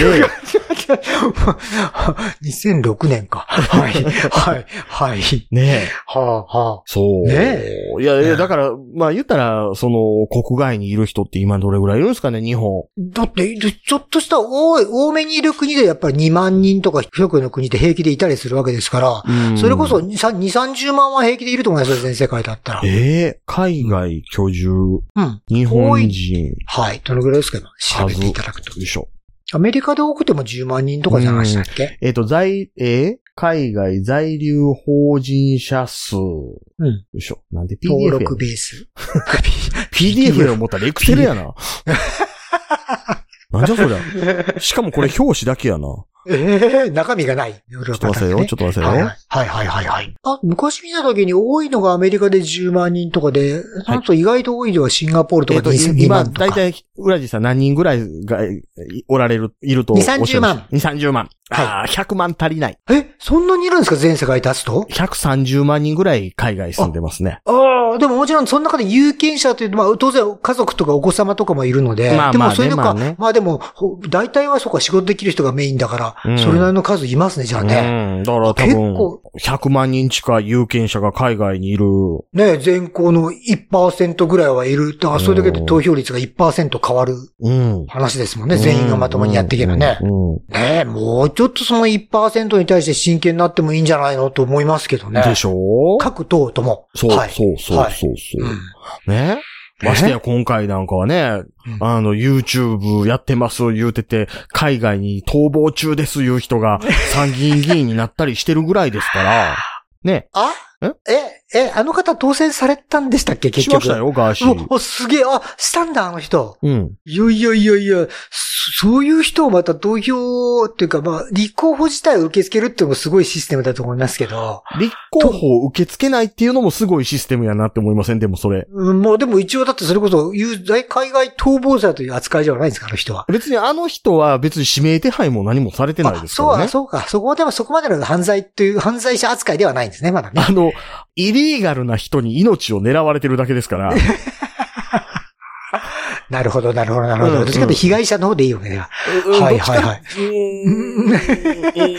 2006年か。はい。はい。はい。ねえ。はあ、はそう。ねいやいねえや、だから、まあ言ったら、その、国外にいる人って今どれぐらいいるんですかね、日本。だって、ちょっとした多い、多めにいる国でやっぱり2万人とか100の国で平気でいたりするわけですから、それこそ2、3 2 30万は平気でいると思いますよ、全世界だったら。ええ海外居住、うん。日本人、はい。どのぐらいですか、今調べていただくとよ。いしょ。アメリカで多くても10万人とかじゃないでしたっけえっ、と、在、えー海外在留法人者数。ようん。いしょ。なんで PDF や登録ベース。 PDF や思ったら Excel や な。なんじゃそりゃ。しかもこれ表紙だけやな。ちょええ中身がない。ちょっっと忘れよう、ちょっと忘はれいよう。はいはいはいはい。あ、昔見た時に多いのがアメリカで10万人とかで、その後意外と多いのはシンガポールとえかっと、 2,000今、万とか。だいたい、浦地さん何人ぐらいが、いおられる、いるとおっしゃいました20-30万2、30万。ああ、100万足りない。え、そんなにいるんですか全世界出すと130万人ぐらい海外住んでますね。ああ、でももちろんその中で有権者というと、まあ当然家族とかお子様とかもいるので、まあまあねでもそういうのまか、あねまあでも、ほ大体はそうか仕事できる人がメインだから、うんそれなりの数いますね、じゃあね。うん。だから多分結構、 100万人近い有権者が海外にいる。ね全校の1%ぐらいはいる。だからそれだけで投票率が1%変わるうん。話ですもんね。全員がまともにやっていけばね。うん。うんねえ、もうちょっとその1%に対して真剣になってもいいんじゃないのと思いますけどね。でしょ各党とも。そう、はい。そうそうそうそう、うんねましてや今回なんかはね、うんあの、YouTube やってます言うてて、海外に逃亡中ですいう人が参議院議員になったりしてるぐらいですから、ね、あええ、え、あの方当選されたんでしたっけ結しま局。したよ、ガーシもうー。お、すげえ、あ、したんだ、あの人。うん。いやいやいやいや、そそういう人をまた投票っていうか、まあ、立候補自体を受け付けるっていうのもすごいシステムだと思いますけど。立候補を受け付けないっていうのもすごいシステムやなって思いませんでもそれ。うんもうでも一応だってそれこそ、有罪海外逃亡者という扱いじゃないですか、あの人は。別にあの人は別に指名手配も何もされてないですからあね。そうか、そうか。そこでもそこまでの犯罪という、犯罪者扱いではないんですね、まだね。あの、イリーガルな人に命を狙われてるだけですから。なるほど、なるほど、なるほど。うんどっちかというと被害者の方でいいよね。ではうん はいはいはい。うん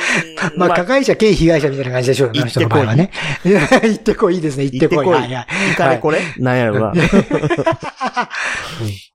まあ、加害者、兼被害者みたいな感じでしょうね、あの人の場合はね。 いや言ってこい、いいですね、言ってこい。言ってこいはいはいいかれこれなんやろな。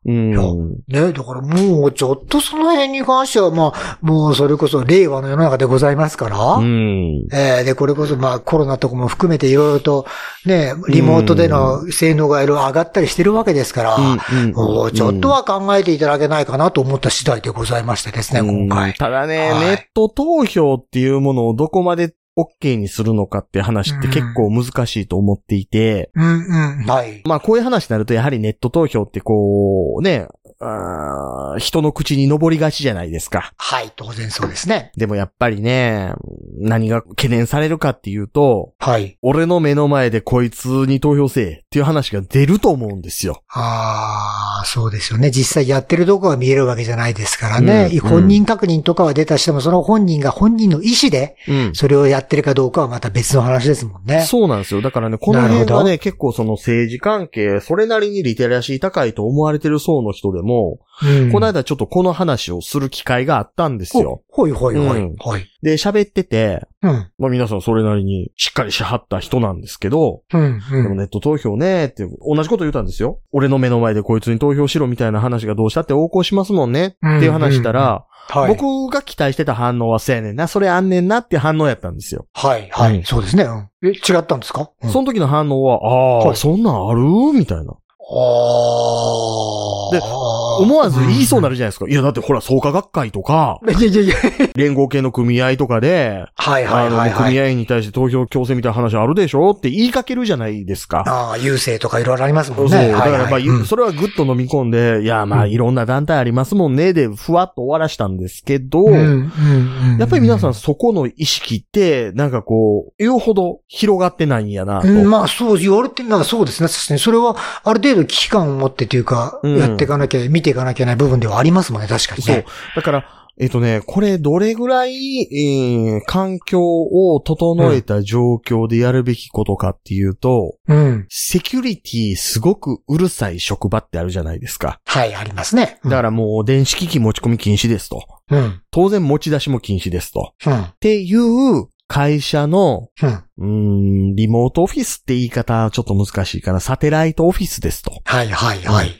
うん。ね、だからもうちょっとその辺に関しては、まあ、もうそれこそ令和の世の中でございますから、うん。えーで、これこそまあコロナとかも含めていろいろと、ね、リモートでの性能がいろいろ上がったりしてるわけですから、うんもうちょっとは考えていただけないかなと思った次第でございましてですね、今うん回。ただね、はいネット投票っていうものをどこまで OK にするのかって話って結構難しいと思っていて、うんうん。はい。まあこういう話になるとやはりネット投票ってこうね、あー人の口に登りがちじゃないですか。はい、当然そうですね。でもやっぱりね、何が懸念されるかっていうと、はい。俺の目の前でこいつに投票せえっていう話が出ると思うんですよ。ああ、そうですよね。実際やってるとこが見えるわけじゃないですからね。うん本人確認とかは出たしても、その本人が本人の意思で、うん。それをやってるかどうかはまた別の話ですもんね。そうなんですよ。だからね、このなる辺ほはどね、結構その政治関係、それなりにリテラシー高いと思われてる層の人でも、うんこの間ちょっとこの話をする機会があったんですよ。ほいほいほい。うんほい。で、喋ってて、うん。まあ皆さんそれなりにしっかりしはった人なんですけど、うん。でもうん。ネット投票ねって、同じこと言ったんですよ。俺の目の前でこいつに投票しろみたいな話がどうしたって横行しますもんねっていう話したら、はい。僕が期待してた反応はせやねんな、それあんねんなって反応やったんですよ。はい、はうんい。そうですね。うんえ、違ったんですかうんその時の反応は、ああー、はいそんなんあるみたいな。あであ。思わず言いそうになる。るじゃないですか。いや、だってほら、創価学会とか、いやいやいや。連合系の組合とかで、はいはあいの、はいもうはい。組合員に対して投票強制みたいな話あるでしょって言いかけるじゃないですか。ああ、優勢とかいろいろありますもそんう、ね。だからやっぱ、はいはいうんそれはぐっと飲み込んで、いや、まあ、うんいろんな団体ありますもんね、で、ふわっと終わらしたんですけど、うんうんうんやっぱり皆さんそこの意識って、なんかこう、言うほど広がってないんやなと。うん、まあそう言われてみたらそうですね。確かにそれはある程度危機感を持ってというか、うんやっていかなきゃ、見ていかなきゃいけない部分ではありますもんね、確かにそうね。。だから、えっ、とね、これどれぐらい、えー環境を整えた状況でやるべきことかっていうと、うん。セキュリティすごくうるさい職場ってあるじゃないですか。はい、ありますね。だからもう電子機器持ち込み禁止ですと。うん。うん。当然持ち出しも禁止ですと。っうん。ていう会社の、うん。うーん、リモートオフィスって言い方ちょっと難しいかな。サテライトオフィスですと。はい、はい、はい。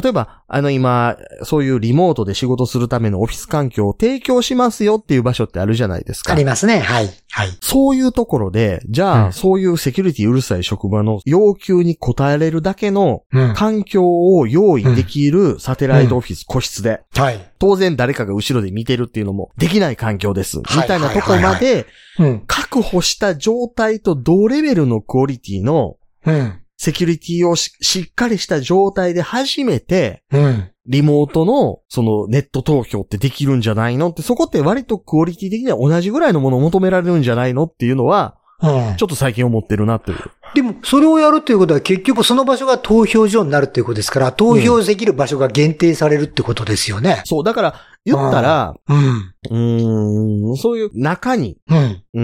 例えば、あの今、そういうリモートで仕事するためのオフィス環境を提供しますよっていう場所ってあるじゃないですあかり。ますね。はい、はい。そういうところで、じゃあ、うんそういうセキュリティうるさい職場の要求に応えれるだけのうん。環境を用意できるサテライトオフィス、個室で、はい。当然誰かが後ろで見てるっていうのもできない環境です。みはいたいなとこまはいでうん。確保した状態と同レベルのクオリティのうん。セキュリティをししっかりした状態で初めて、うん。リモートの、そのネット投票ってできるんじゃないのって、そこって割とクオリティ的には同じぐらいのものを求められるんじゃないのっていうのは、うんちょっと最近思ってるなっていう。でも、それをやるということは結局その場所が投票所になるということですから、投票できる場所が限定されるってことですよね。そう、だから、言ったら、うん。うーん、そういう中に、うん。うー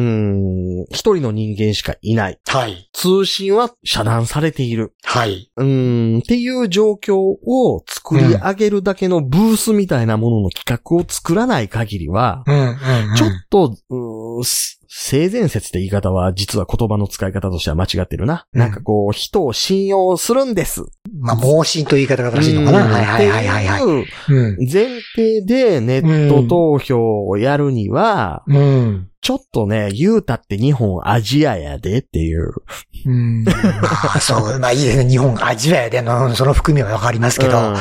ん、一人の人間しかいない。はい。通信は遮断されている。はい。うーん、っていう状況を作り上げるだけのブースみたいなものの企画を作らない限りは、うん。うん。ちょっと、うーんす性善説って言い方は、実は言葉の使い方としては間違ってるな。うんなんかこう、人を信用するんです。まあ、盲信という言い方が正しいのかな。うんはいはいはいはいはい。ってうん。いう前提でネット投票をやるには、うん。ちょっとね、言うたって日本アジアやでっていう。うん。 まあ、そう、まあいいですね。日本、アジアやでの、その含みはわかりますけど。ううんん。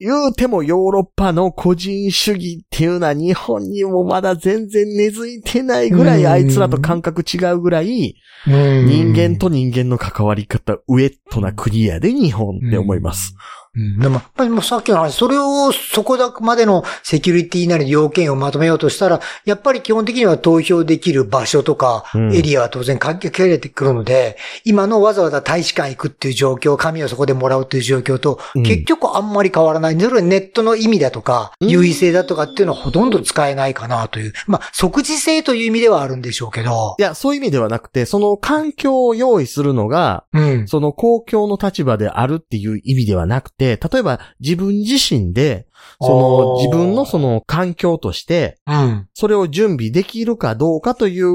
言うてもヨーロッパの個人主義っていうのは日本にもまだ全然根付いてないぐらい、うんあいつらと感覚違うぐらい、うん人間、と人間の関わり方、ウエットな国やで、日本って思います。うん。でも、やっぱりもうさっきの話、それを、そこだまでのセキュリティなり要件をまとめようとしたら、やっぱり基本的には投票できる場所とかうん、エリアは当然関係られてくるので、今のわざわざ大使館行くっていう状況、紙をそこでもらうっていう状況と、うん結局あんまり変わらない。それはネットの意味だとか、うん優位性だとかっていうのはほとんど使えないかなという。まあ、即時性という意味ではあるんでしょうけど。いや、そういう意味ではなくて、その環境を用意するのが、うん。その公共の立場であるっていう意味ではなくて、例えば自分自身で、そのあー自分のその環境として、うん。それを準備できるかどうかという、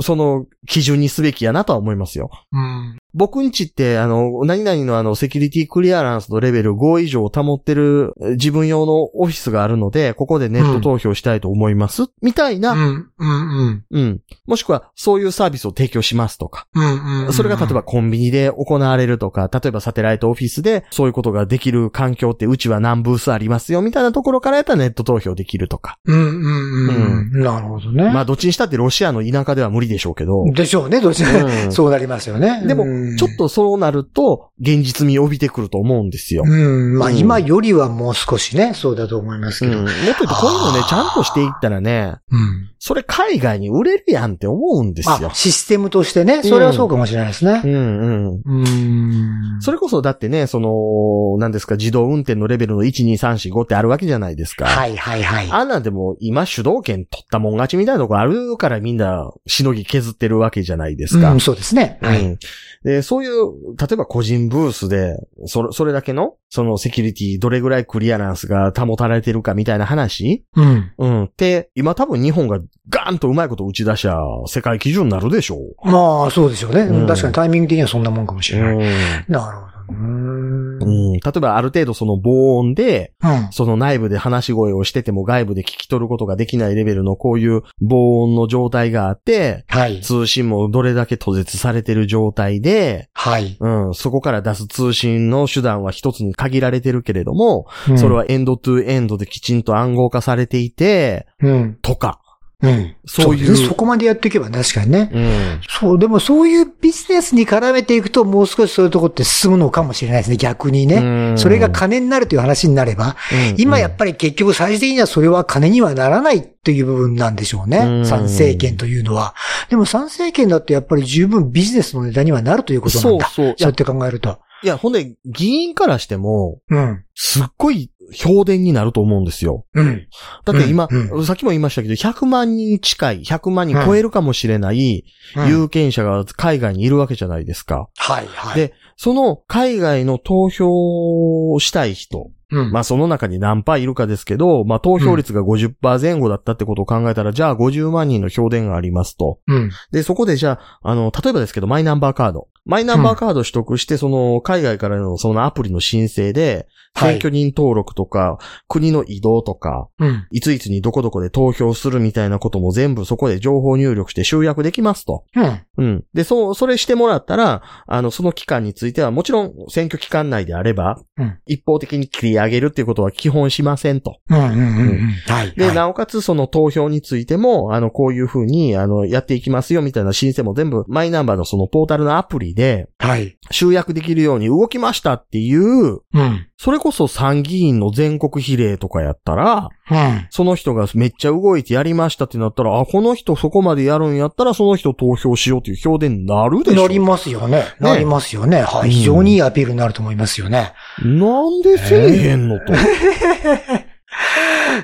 その基準にすべきやなとは思いますよ。うん。僕んちって、あの、何々のあの、セキュリティクリアランスのレベル5以上を保ってるえー自分用のオフィスがあるので、ここでネット投票したいと思います、みたいな、うん、ん。うん。もしくは、そういうサービスを提供しますとか。うん。うん。それが例えば、コンビニで行われるとか、例えばサテライトオフィスでそういうことができる環境ってうちは何ブースありますよみみたいなところからやったらネット投票できるとか。うん、うん、うん。なるほどね。まあ、どっちにしたってロシアの田舎では無理でしょうけど。でしょうね、どっちらうんそうなりますよね。でもうん、ちょっ。とそうなると、現実味を帯びてくると思うんですよ。うん、まあうん今よりはもう少しね、そうだと思いますうけん。ど。もっと言うと、こういうのねあー、ちゃんとしていったらね、うん。それ海外に売れるやんって思うんですよあ、。システムとしてね、それはそうかもしれないですねう。んうん。うん。それこそだってね、その、何ですか、自動運転のレベルの1、2、3、4、5ってあるわけじゃないですか。はいはいはい。あんなんでも今主導権取ったもん勝ちみたいなとこあるからみんなしのぎ削ってるわけじゃないですか。うん、そうですね。はうい。んで、そういう、例えば個人ブースで、それ、それだけの、そのセキュリティ、どれぐらいクリアランスが保たれてるかみたいな話うん。うん。って、今多分日本がガーンとうまいこと打ち出しゃ、世界基準になるでしょう。まあ、そうでしょうね。うん確かにタイミング的にはそんなもんかもしれない。うなるほど。うん。うん。ん。例えばある程度その防音で、その内部で話し声をしてても外部で聞き取ることができないレベルのこういう防音の状態があって、はい。通信もどれだけ途絶されてる状態で、はい。うん、そこから出す通信の手段は一つに限られてるけれども、それはエンドトゥエンドできちんと暗号化されていて、うん。うん。とか、うん。そういうですねそこまでやっていけば確かにね。うん。そう、でもそういうビジネスに絡めていくと、もう少しそういうとこって進むのかもしれないですね、逆にね。それが金になるという話になれば、今やっぱり結局最終的にはそれは金にはならないという部分なんでしょううね。ん参政権というのは。でも参政権だってやっぱり十分ビジネスのネタにはなるということなそんうだ。そう。いそうややっ、て考えると。いやほんで、議員からしても、うん。すっごい評伝になると思うんですよ。うん。だって今、うんさっきも言いましたけど、100万人近い、100万人超えるかもしれないうん有権者が海外にいるわけじゃないですか。はい、はい。で、その海外の投票をしたい人、うんまあその中に何パーいるかですけど、まあ投票率が50%前後だったってことを考えたら、じゃあ50万人の票伝がありますと。うん。で、そこでじゃあ、あの、例えばですけど、マイナンバーカード。マイナンバーカード取得して、その、海外からのそのアプリの申請で、はい選挙人登録とか、国の移動とか、うん。いついつにどこどこで投票するみたいなことも全部そこで情報入力して集約できますと。うん。うん。で、そう、それしてもらったら、あの、その期間についてはもちろん選挙期間内であれば、うん一方的に切り上げるっていうことは基本しませんと。うん。うん。うん。はい。で、はいなおかつその投票についても、あの、こういうふうに、あの、やっていきますよみたいな申請も全部マイナンバーのそのポータルのアプリではい。集約できるように動きましたっていう、うん。それこそ参議院の全国比例とかやったら、うん。その人がめっちゃ動いてやりましたってなったら、あ、この人そこまでやるんやったら、その人投票しようっていう表でなるでしょ。なりますよね。なりますよね。はうい。ん非常にいいアピールになると思いますよ ね。なんでせえへんのと。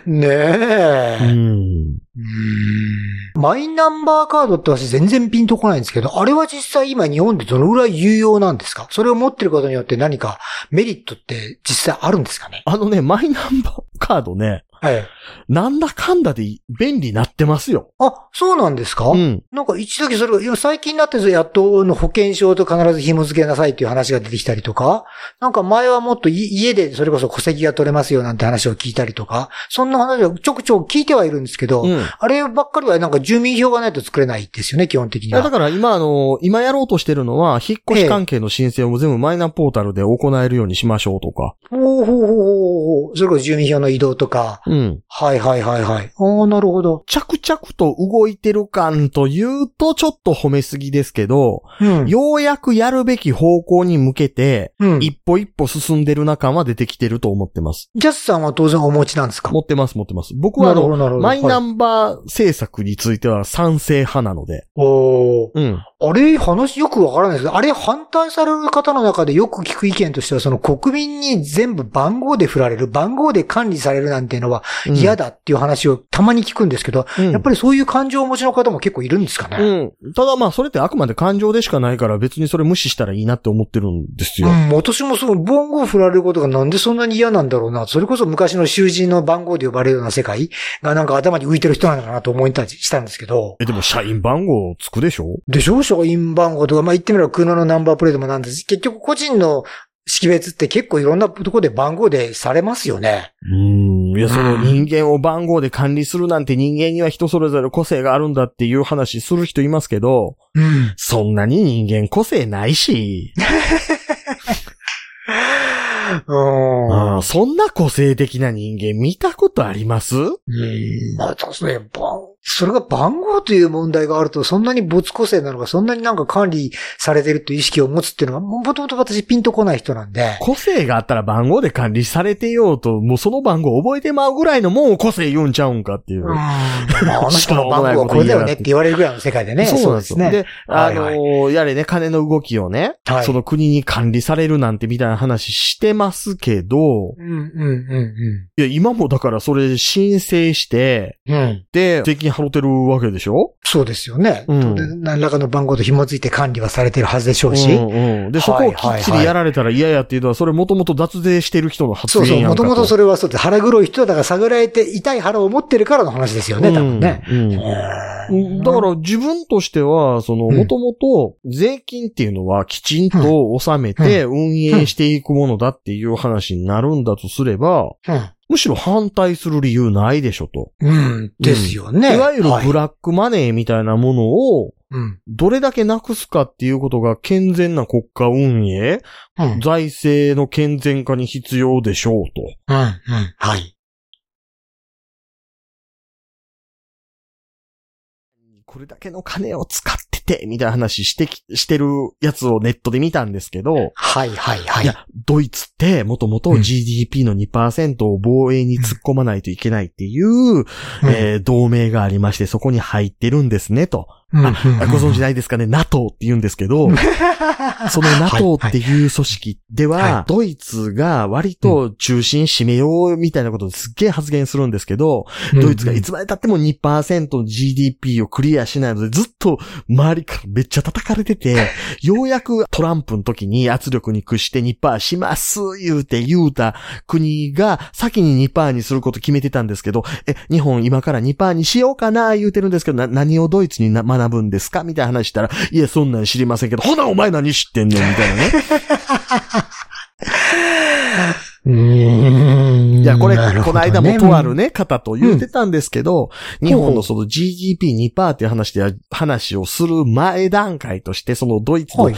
ねえ。うん。うーんマイナンバーカードって私全然ピンとこないんですけど、あれは実際今日本でどのぐらい有用なんですかそれを持ってることによって何かメリットって実際あるんですかねあのね、マイナンバーカードね、はい。なんだかんだで便利になってますよ。あ、そうなんですか、うん。なんか一時それが、いや最近になってやっとあの保険証と必ず紐付けなさいっていう話が出てきたりとか、なんか前はもっとい家でそれこそ戸籍が取れますよなんて話を聞いたりとか、そんな話をちょくちょく聞いてはいるんですけど、うん。あればっかりはなんか住民票がないと作れないですよね、基本的いにやだは。から今あの、今やろうとしてるのは、引っ越し関係の申請を全部マイナポータルで行えるようにしましょうとか。ほうほうほうほうほう。それこそ住民票の移動とか。うん。はいはいはいはい。ああ、なるほど。着々と動いてる感というと、ちょっと褒めすぎですけど、うん。ようやくやるべき方向に向けて、うん。一歩一歩進んでる中は出てきてると思ってます。ジャスさんは当然お持ちなんですか持ってます、持ってます。僕はなあるほの、どなるほど。マイナはいンバー政策については賛成派なので。おーうん。あれ、話よくわからないですけど、あれ反対される方の中でよく聞く意見としては、その国民に全部番号で振られる、番号で管理されるなんていうのは嫌だ。だっていう話をたまに聞くんですけど、うんやっぱりそういう感情をお持ちの方も結構いるんですかね。うん。ただまあ、それってあくまで感情でしかないから別にそれ無視したらいいなって思ってるんですよ。うん、私もその番号振られることがなんでそんなに嫌なんだろうな。それこそ昔の囚人の番号で呼ばれるような世界がなんか頭に浮いてる人なのかなと思いたりしたんですけど。え、でも社員番号つくでしょでしょ商品番号とか、まあ、言ってみれば空のナンバープレートもなんですし結局個人の識別って結構いろんなとこで番号でされますよね。うん。いや、その人間を番号で管理するなんて人間には人それぞれ個性があるんだっていう話する人いますけど、うん。そんなに人間個性ないし。うん。あーそんな個性的な人間見たことありますうん。まあ、確かに、番、それが番号という問題があると、そんなに没個性なのか、そんなになんか管理されてるという意識を持つっていうのが、ももともと私ピンとこない人なんで。個性があったら番号で管理されてようと、もうその番号覚えてまうぐらいのもんを個性言うんちゃうんかっていうう。ん。ま あ、あの人の番号はこれだよねって言われるぐらいの世界でね。そうなんですよ。で。あのーはいやれね、金の動きをね、はいその国に管理されるなんてみたいな話してますけど、うん、うん、ういや、今もだからそれ申請して、ん、うん。うん。で、税金払ってるわけでしょそうですよね。うんで何らかの番号と紐づいて管理はされてるはずでしょうし。うんうん。で、そこをきっちりやられたら嫌やっていうのは、それもともと脱税してる人の発そうそ言う、やもんかとと。もとそれはそうです。腹黒い人はだから探られて痛い腹を持ってるからの話ですよね、多分ね。うん。うんうんだから自分としては、その、うんもともと税金っていうのはきちんと納めて運営していくものだっていう話になるんだとすれば、むしろ反対する理由ないでしょと。うん。うん。ですよね。いわゆるはいブラックマネーみたいなものを、うん。どれだけなくすかっていうことが健全な国家運営、うん。うん。財政の健全化に必要でしょうと。うん。はい。これだけの金を使ってて、みたいな話してき、してるやつをネットで見たんですけど、はい、はい、はいいや、ドイツって、もともとうん GDP の2%を防衛に突っ込まないといけないっていう、えー同盟がありまして、そこに入ってるんですね、と。うん。あご存知ないですかね ?NATO って言うんですけ ど、その NATO っていう組織では、はいはいドイツが割と中心占めようみたいなことですっげえ発言するんですけど、ドイツがいつまで経っても2%の GDP をクリアしないので、ずっと周りからめっちゃ叩かれてて、ようやくトランプの時に圧力に屈して2%します、言うて言うた国が先に2%にすること決めてたんですけど、え、日本今から2%にしようかな、言うてるんですけど、な、何をドイツにな学ぶんですかみたいな話したら、いや、そんなん知りませんけど、ほな、お前何知ってんねん、みたいなね。うん。いや、これ、なるこほどのね間もとあるね、方と言ってたんですけど、日本のその GDP2% っていう話では、話をする前段階として、そのドイツのはい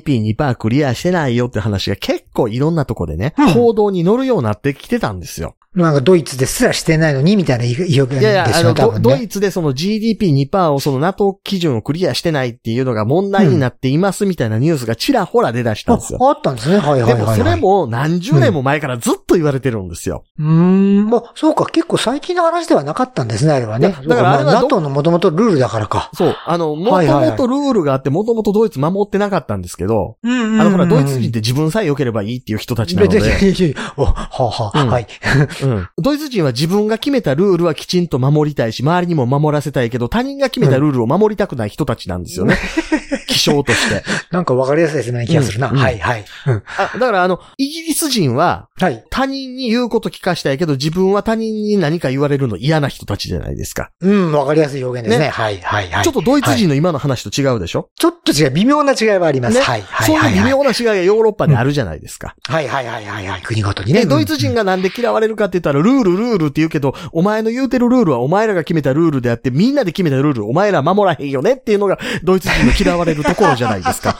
GDP2% クリアしてないよって話が結構いろんなとこでねうん、報道に乗るようになってきてたんですよ。なんかドイツですらしてないのに、みたいな言い言い訳いやいやあで、しょ、の、多ド分ドね。イツでその GDP2% をその NATO 基準をクリアしてないっていうのが問題になっていますみたいなニュースがちらほら出だしたんですよ。ああったんですね。はいはでいはいもはい。それも何十年も前からずっと言われてるんですよ。うーん、まあ、そうか、結構最近の話ではなかったんですね、あれはね。だだからあれはまあ、ど NATO のもともとルールだからか。そう。あの、もはいとはいもはいとルールがあって、もともとドイツ守ってなかったんですけど、うんうんあの、ほら、ドイツ人って自分さえ良ければいいっていう人たちなのいやいで、やいやいやおはは、うんはい。うんドイツ人は自分が決めたルールはきちんと守りたいし、周りにも守らせたいけど、他人が決めたルールを守りたくない人たちなんですよね。 気象として。なんかわかりやすいですね、気がするな。うんはいはい、うんあだから、あの、イギリス人は、はい。他人に言うこと聞かしたいけど、自分は他人に何か言われるの嫌な人たちじゃないですか。うん、わかりやすい表現ですね。ねはいはいはい。ちょっとドイツ人の今の話と違うでしょ、ちょっと違う、微妙な違いはあります。ねはいはいそうはいい。う微妙な違いがヨーロッパであるじゃないですか。はいはいはいはいはい。国ごとにね。で、ドイツ人がなんで嫌われるかって言ったら、ルールルールって言うけど、お前の言うてるルールはお前らが決めたルールであって、みんなで決めたルール、お前ら守らへんよねっていうのが、ドイツ人の嫌われるところじゃないですか。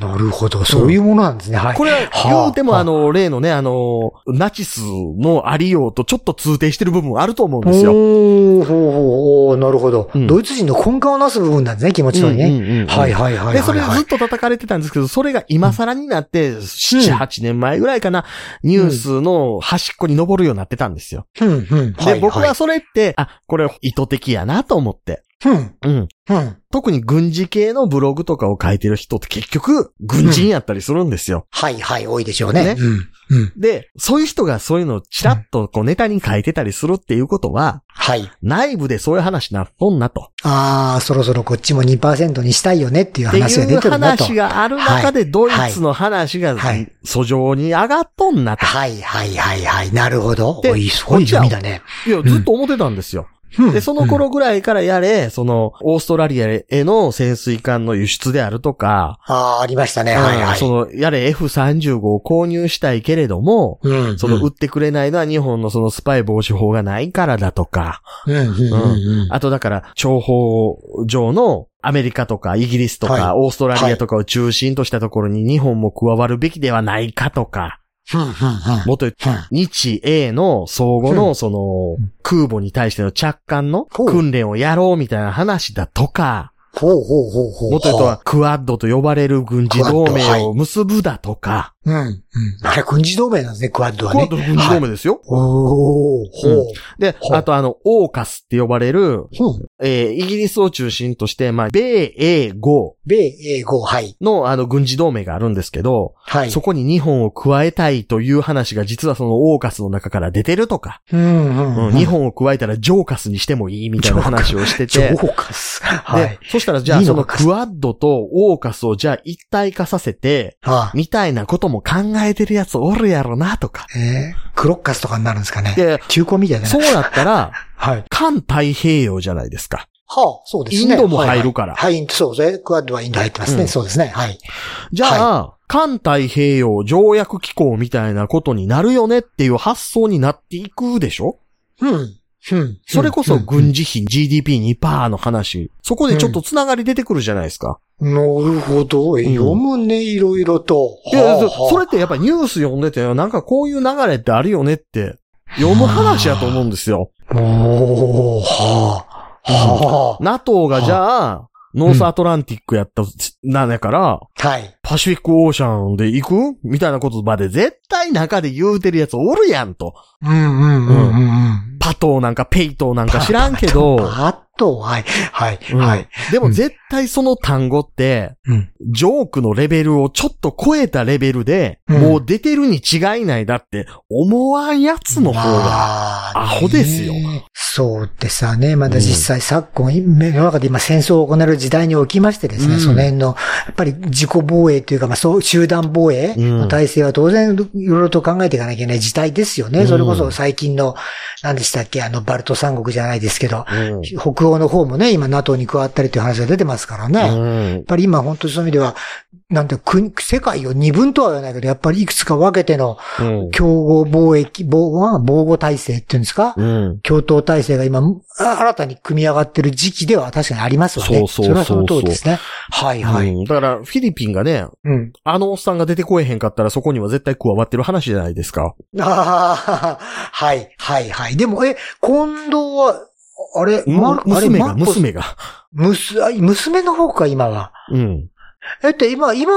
うん。なるほど、そういうものなんですね。は い。これは、はあ 言うてもあの、例のね、あの、ナチスのありようとちょっと通底してる部分あると思うんですよ。おーほうほうおーなるほど、うんドイツ人の根幹をなす部分なんですね、気持ちのね。うんうんうんうんはいはいはいはい、はい。で、それずっと叩かれてたんですけど、それが今更になって、7、8年前ぐらいかな、ニュースの端っこに登るようになってたんですよ。うんうん。いで、い僕は、それって、あ、これ意図的やなと思って。うん、うん。うん。特に軍事系のブログとかを書いてる人って結局、軍人やったりするんですよ。はいはい、多いでしょうねね。うん、うん。で、そういう人がそういうのをチラッとこうネタに書いてたりするっていうことは、はい。内部でそういう話なっとんなと。あー、そろそろこっちも2%にしたいよねっていうって話がい出うてるなと。話がある中で、ドイツの話がはい訴状に上がっとんなと。はいはいはいはい。なるほど。でおい、すごい読みだね。いや、ずっと思ってたんですよ。で、その頃ぐらいからやれ、その、オーストラリアへの潜水艦の輸出であるとか、うん、あー、ありましたね。はいはい。その、やれ F35 を購入したいけれども、うんその、売ってくれないのは日本のそのスパイ防止法がないからだとか、うん、うん、うんうん。あとだから、諜報上のアメリカとかイギリスとはかオーストラリアとかを中心としたところに日本も加わるべきではないかとか、ふんふんふん。もっと言うふん日英の相互うの、その、空母に対しての着艦のほう訓練をやろうみたいな話だとか、ほうほうほうほう。もっと言うとは、クワッドと呼ばれる軍事同クワッドはい盟を結ぶだとか、うん。うん。あれ、軍事同盟なんですね、クワッドはクワねッド。の軍事同盟ですよ。おー、ほう。でほ、うあとあの、オーカスって呼ばれる、ほう。えーイギリスを中心として、まあ、米英豪米、英語、はい。のあの軍事同盟があるんですけど、はい。そこに日本を加えたいという話が実はそのオーカスの中から出てるとか、うんうん、ううんん。日本を加えたらジョーカスにしてもいいみたいな話をしてて、超カス。はでい。、そしたらじゃあいいそののかクワッドとオーカスをじゃあ一体化させて、はみたいなことも考えてるやつおるやろなとか。あ、えー、クロッカスとかになるんですかね。で、中古み たいなね。そうなったら、はい。環太平洋じゃないですか。はあ、そうですイね。ンドも入るから。はい。はい、そうですね。クワッドはインド入ってますね。うんそうですね。はい。じゃあ、環太平洋条約機構みたいなことになるよねっていう発想になっていくでしょうん。うん。それこそうん軍事費 GDP2% の話。そこでちょっとつながり出てくるじゃないですか。なるほど。読むね、いろいろと。いや、そはあそれってやっぱニュース読んでて、なんかこういう流れってあるよねって、読む話やと思うんですよ。おー、はあ、は NATO がじゃあ、ノースアトランティックやった、なんやから、あ。はい。パシフィックオーシャンで行くみたいなことまで絶対中で言うてるやつおるやんと。うんうんうんうんうん。パトーなんかペイトーなんか知らん けど、あと、はい、はい、うんはい。でも絶対その単語って、うん。ジョークのレベルをちょっと超えたレベルで、うんもう出てるに違いないだって思わんやつの方が。がアホですよ。そうでさね、まだ実際昨今、世の中で今戦争を行える時代におきましてですね、うんその辺の、やっぱり自己防衛というか、まあそう、集団防衛の体制は当然いろいろと考えていかなきゃいけない時代ですよね。うんそれこそ最近の、何でしたっけ、あの、バルト三国じゃないですけど、うん北欧の方もね、今 NATO に加わったりという話が出てますからね。やっうんぱり今本当にそういう意味では、なんて国、世界を二分とは言わないけど、やっぱりいくつか分けてのうん競合貿易、防護、防護体制っていうんですか、うん。共闘体制が今、あ新たに組み上がってる時期では確かにありますわね。そうそうそうそうれはその通りですね。はいはい。うんだから、フィリピンがね、うん。あのおっさんが出てこえへんかったらそこには絶対加わってる話じゃないですか。ああ、はいはいはい。でも、え、近藤は、あれ、マルあれ娘が、マルコス娘が。むすあ娘の方か、今は。うん。えって今、今、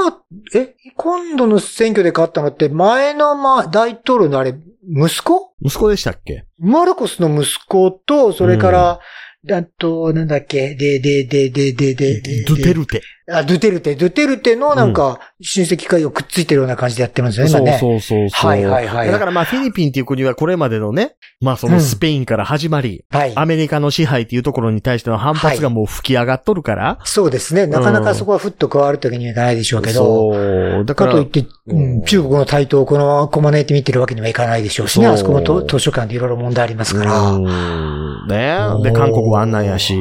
え、今度の選挙で勝ったのって、前の、ま、大統領のあれ、息子息子でしたっけマルコスの息子と、それから、あと、なんだっけ、で、で、で、で、で、で、で、ドゥテルテ。あ、ドゥテルテ、ドゥテルテのなんか、親戚会をくっついてるような感じでやってるんですよね、そ今うね。そうそうそう。はいはいはいだからまあフィリピンっていう国はこれまでのね、まあそのスペインから始まり、はい。アメリカの支配っていうところに対しての反発がもう吹き上がっとるから。そうですね。なかなかそこはふっと加わるときにはいかないでしょうけど。そう。だかからといっ、て、うんうん中国の台頭をこのままこまねいて見てるわけにはいかないでしょうしね。そうあそこもと図書館でいろいろ問題ありますから。うんねで、韓国はあんなんやし。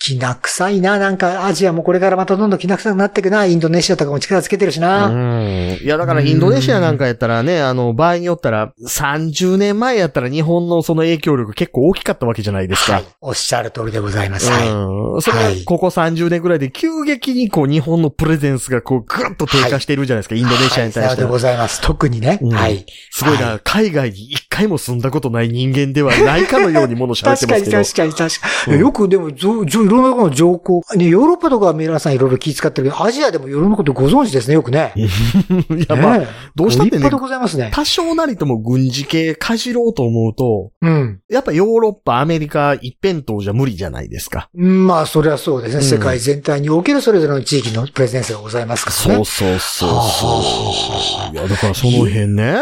きな臭いな。なんかアジアもこれからまたどんどんきな臭くなっていくな。インドネシアとかも力つけてるしうな。ん。いや、だからインドネシアなんかやったらね、あの、場合によったら、30年前やったら日本のその影響力結構大きかったわけじゃないですはかい。。おっしゃる通りでございます。はい。うん。それがはいここ30年ぐらいで急激にこう日本のプレゼンスがこうグッと低下しているじゃないですか、インドネシアに対しはいさてようでは。ございます。特にね。うんはい。すごいな、海外に一回も住んだことない人間ではないかのようにもの喋って確ますかにけど。確かに確かうに。んよくでも、ぞぞいろんなところの情報。ね、ヨーロッパとかは皆さんいろいろ気遣ってるけど、アジアでもいろんなことご存知ですね、よくね。 いや、まあ、ねえどうしたってご立ね派で、ございますね。多少なりとも軍事系かじろうと思うと、うん。やっぱヨーロッパ、アメリカ一辺倒じゃ無理じゃないですか。まあ、それはそうですね。うん世界全体におけるそれぞれの地域のプレゼンスがございますからね。そうそうはあはあはあう。いや、だからその辺ね、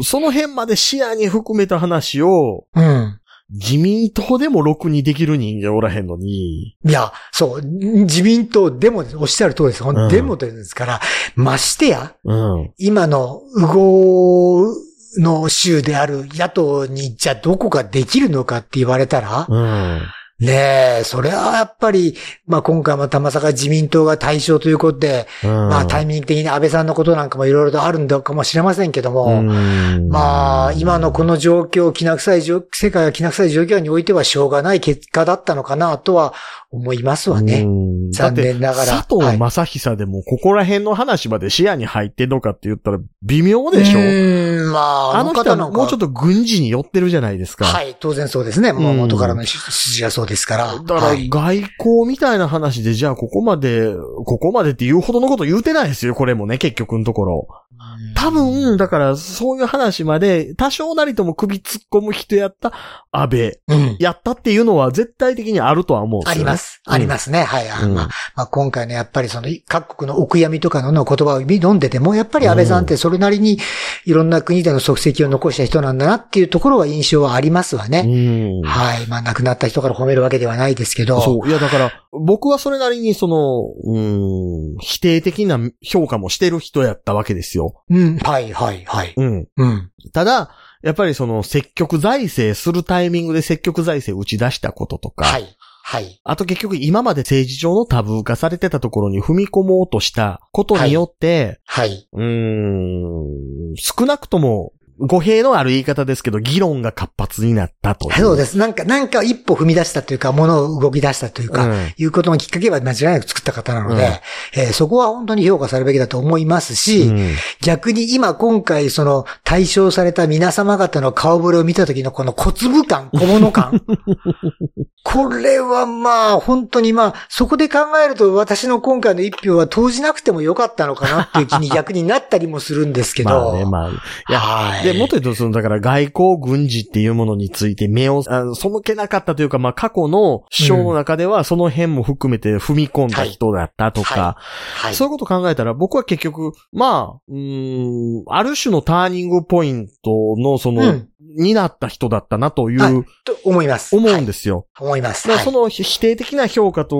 うその辺まで視野に含めた話を、ん。うん。自民党でもろくにできる人間おらへんのに、いや、そう、自民党でも、おっしゃる通りです。ほんうんデモというんですから、ましてや、うん。今の、右合の州である野党に、じゃあどこができるのかって言われたら、うん。ねえ、それはやっぱり、まあ今回またまさか自民党が対象ということで、まあタイミング的に安倍さんのことなんかもいろいろとあるんだかもしれませんけども、まあ今のこの状況、きな臭い状、世界がきな臭い状況においてはしょうがない結果だったのかなとは思いますわね。うん残念ながらだって佐藤正久でもここら辺の話まで視野に入ってんのかって言ったら微妙でしょうーん、まあ、ああのの人方はなんか。もうちょっと軍事に寄ってるじゃないですか。はい、当然そうですね。もううん元からの筋がそうですから。だかはらい、外交みたいな話で、じゃあここまで、ここまでって言うほどのこと言うてないですよ、これもね、結局のところ。多分、だからそういう話まで、多少なりとも首突っ込む人やった安倍、うん。やったっていうのは絶対的にあるとは思うんであすりよ、ね。。ますす。ありますね。はい。あうんまあ、まあ今回ね、やっぱりその、各国のお悔やみとかの言葉を飲んでても、やっぱり安倍さんってそれなりに、いろんな国での足跡を残した人なんだなっていうところは印象はありますわね。うん。はい。まあ、亡くなった人から褒めるわけではないですけど。そう。いや、だから、僕はそれなりに、その、うん、否定的な評価もしてる人やったわけですよ。う。うん。はい、はい、はい。うん。うん。ただ、やっぱりその、積極財政するタイミングで積極財政打ち出したこととか、はい。はい。あと結局今まで政治上のタブー化されてたところに踏み込もうとしたことによって、はい。うーん、少なくとも語弊のある言い方ですけど、議論が活発になったという。そうですす。なんか、なんか一歩踏み出したというか、物を動き出したというか、いうことのきっかけは間違いなく作った方なので、うんえーそこは本当に評価されるべきだと思いますし、逆に今今回その対象された皆様方の顔ぶれを見た時のこの小粒 感、小物感。これはまあ本当にまあそこで考えると私の今回の一票は投じなくてもよかったのかなっていう気に逆になったりもするんですけど。 まあね、まあ。いやはい。で、もっと言うと、その、だから外交軍事っていうものについて目を、あの背けなかったというか、まあ、過去の首相の中では、その辺も含めて踏み込んだ人だったとか、はい。そういうことを考えたら、僕は結局、まあ、うーん、ある種のターニングポイントの、その、うんになった人だったなという、はいと思います。思うんはいですよ。思います。だはからいそ。の否定的な評価と